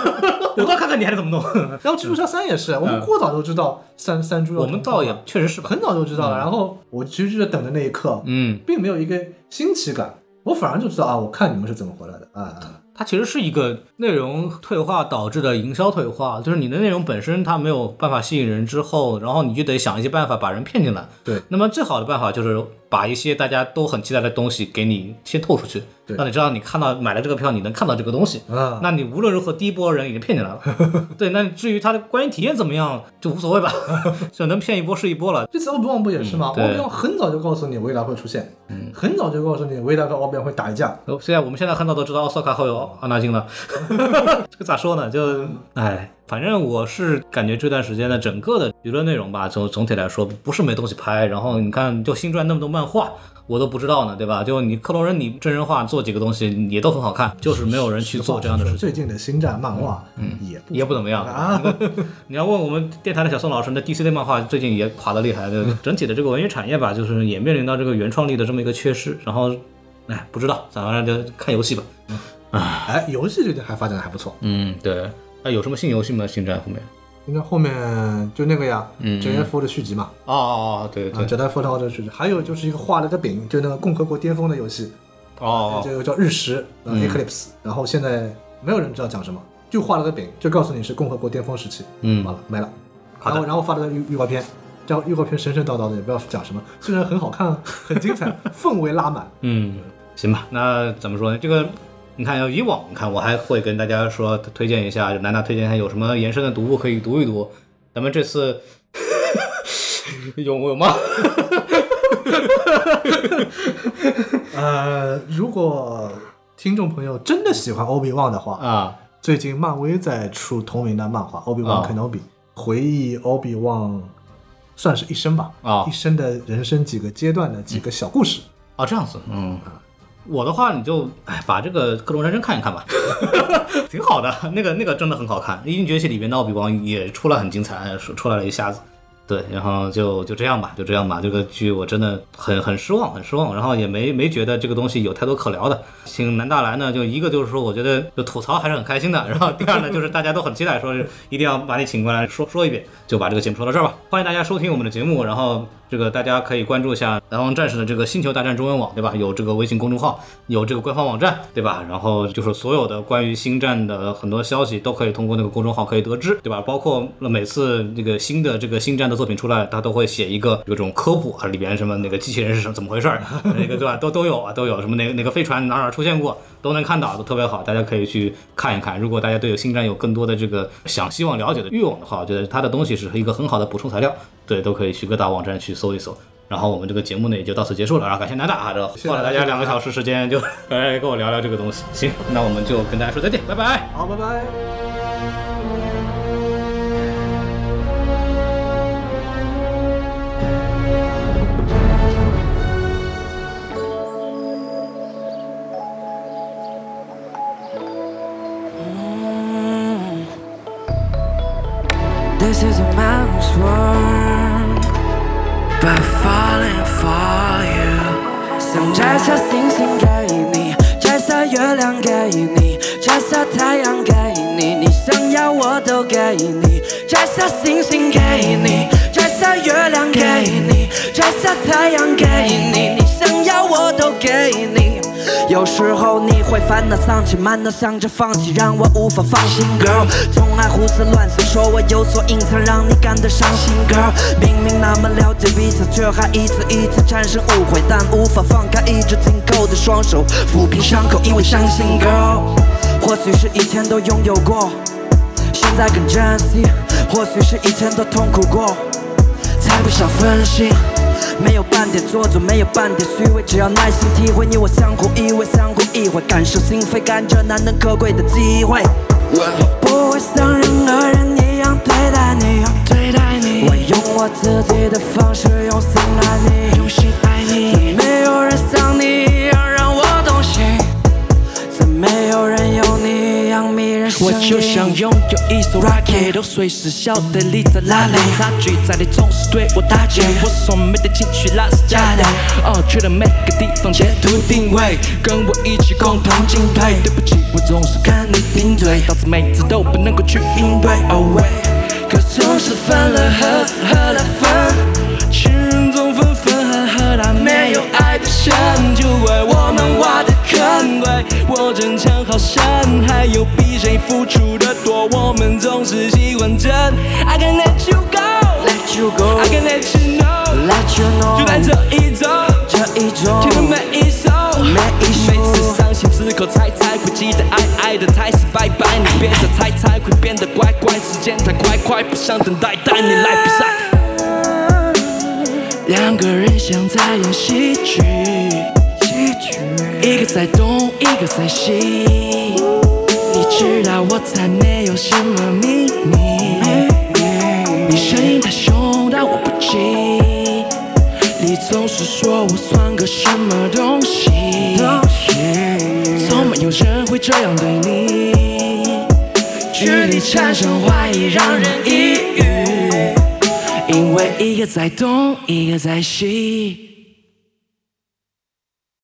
我倒看看你还能怎么弄。然后蜘蛛侠三也是，啊我们过早就知道三三猪要嗯我们倒也确实是吧，很早就知道了，然后我其实就在等的那一刻，嗯。并没有一个新奇感，我反而就知道啊，我看你们是怎么回来的啊啊，它其实是一个内容退化导致的营销退化，就是你的内容本身它没有办法吸引人之后，然后你就得想一些办法把人骗进来。对那么最好的办法就是把一些大家都很期待的东西给你先透出去，对让你知道你看到买了这个票，你能看到这个东西。啊那你无论如何第一波人已经骗进来 了，对，那至于它的观影体验怎么样就无所谓吧，就能骗一波是一波了。这次奥比旺不也是吗？嗯对嗯奥比旺很早就告诉你维达会出现，很早就告诉你维达和奥比旺会打一架。哦现在我们现在看到都知道奥斯卡后有阿纳金了， 这个咋说呢？就哎，反正我是感觉这段时间的整个的娱乐内容吧，总总体来说不是没东西拍。然后你看，就新传那么多漫画，我都不知道呢，对吧？就你克隆人，你真人化做几个东西也都很好看，就是没有人去做这样的事情。最近的星战漫画，嗯，也不也不怎么样啊！你要问我们电台的小宋老师，那 DC 类漫画最近也垮得厉害，对整体的这个文娱产业吧，就是也面临到这个原创力的这么一个缺失。然后，哎，不知道，咱反正就看游戏吧。哎，游戏最近还发展的还不错。嗯，对。那有什么新游戏吗？星战后面？应该后面就那个呀，嗯 j f 的续集嘛，哦哦哦，对啊，绝代复仇者的续集，还有就是一个画了个饼，就那个共和国巅峰的游戏，哦嗯这个叫日食，呃，Eclipse，然后现在没有人知道讲什么，就画了个饼，就告诉你是共和国巅峰时期，嗯完了没了。好然的后然后发了个预预告片，这样预告片神神叨叨的，也不知道讲什么，虽然很好看，啊， 很精彩，氛围拉满。嗯，行吧。那怎么说呢？这个你看，要以往你看，我还会跟大家说推荐一下，就南大推荐一下有什么延伸的读物可以读一读。咱们这次 有有吗？呃，如果听众朋友真的喜欢欧比旺的话，啊，最近漫威在出同名的漫画《欧比旺啊肯诺比》，回忆欧比旺算是一生吧，啊一生的人生几个阶段的几个小故事。啊，这样子，嗯，我的话你就哎把这个《克隆人生》看一看吧，挺好的，那个那个真的很好看，《英雄崛起》里面的奥比王也出来很精彩，出出来了一下子。对，然后就就这样吧，就这样吧。这个剧我真的很很失望，很失望。然后也没没觉得这个东西有太多可聊的。请南大来呢，就一个就是说，我觉得就吐槽还是很开心的。然后第二呢，就是大家都很期待，说是一定要把你请过来说说一遍，就把这个节目说到这儿吧。欢迎大家收听我们的节目，然后这个大家可以关注一下南方战士的这个星球大战中文网，对吧？有这个微信公众号，有这个官方网站，对吧？然后就是所有的关于星战的很多消息都可以通过那个公众号可以得知，对吧？包括每次这个新的这个星战的作品出来，他都会写一个有种科普啊，里边什么那个机器人是什么怎么回事儿，那个对吧？都都有啊，都有什么哪哪个飞船哪哪出现过，都能看到，都特别好，大家可以去看一看。如果大家对星战有更多的这个想希望了解的欲望的话，我觉得它的东西是一个很好的补充材料，对，都可以去各大网站去搜一搜。然后我们这个节目呢也就到此结束了，然后感谢南大啊，这花了大家两个小时时间就来跟我聊聊这个东西。行，那我们就跟大家说再见，拜拜。好，拜拜。 This is a mountain's world By falling for you 想摘下星星给你，摘下月亮给你，摘下太阳给你，你想要我都给你，摘下星星给你，摘下月亮给你，摘下太阳给你，你想要我都给你。有时候你会烦恼丧气，满脑想着放弃，让我无法放心。Girl，从爱胡思乱想，说我有所隐藏，让你感到伤心。Girl，明明那么了解彼此，却还一次一次产生误会，但无法放开一直紧扣的双手，抚平伤口，因为相信 Girl，或许是以前都拥有过，现在更珍惜；或许是以前都痛苦过。才不想分心。没有半点做作，没有半点虚伪，只要耐心体会，你我相互依偎，相互意会，感受心扉，感觉难能可贵的机会。不会像任何人一样对待你，对待你。我用我自己的方式用心爱你，用心爱你。没有人像你一样让我动心，再没有人有你一样迷人声我音。就想拥有一艘 rocket，都随时晓得你在哪里。差距在你总是对我打击，我所没的情绪拉是假的。哦，去了每个地方截图定位，跟我一起共同进退。对不起，我总是看你顶嘴，导致每次都不能够去应对。Oh wait，可总是分了合，合了分，情人总分分合合到没有爱的深，就怪我们挖的坑，怪我争强好胜，还有比谁付出的多，我们总是喜欢争。I can let you go，I Let you go, can let you know， let you know。就在这一周，这一周，听了每一首，每一首每次伤心之后猜猜会记得爱爱的才是拜拜，你别再猜猜会变得乖乖，时间太快快，不想等待，带你来比赛。两个人像在演戏剧，戏剧，一个在东，一个在西。你知道我猜内有什么秘密？你声音太凶，但我不急。你总是说我算个什么东西？从没有人会这样对你，距离产生怀疑，让人抑郁。因为一个在东，一个在西。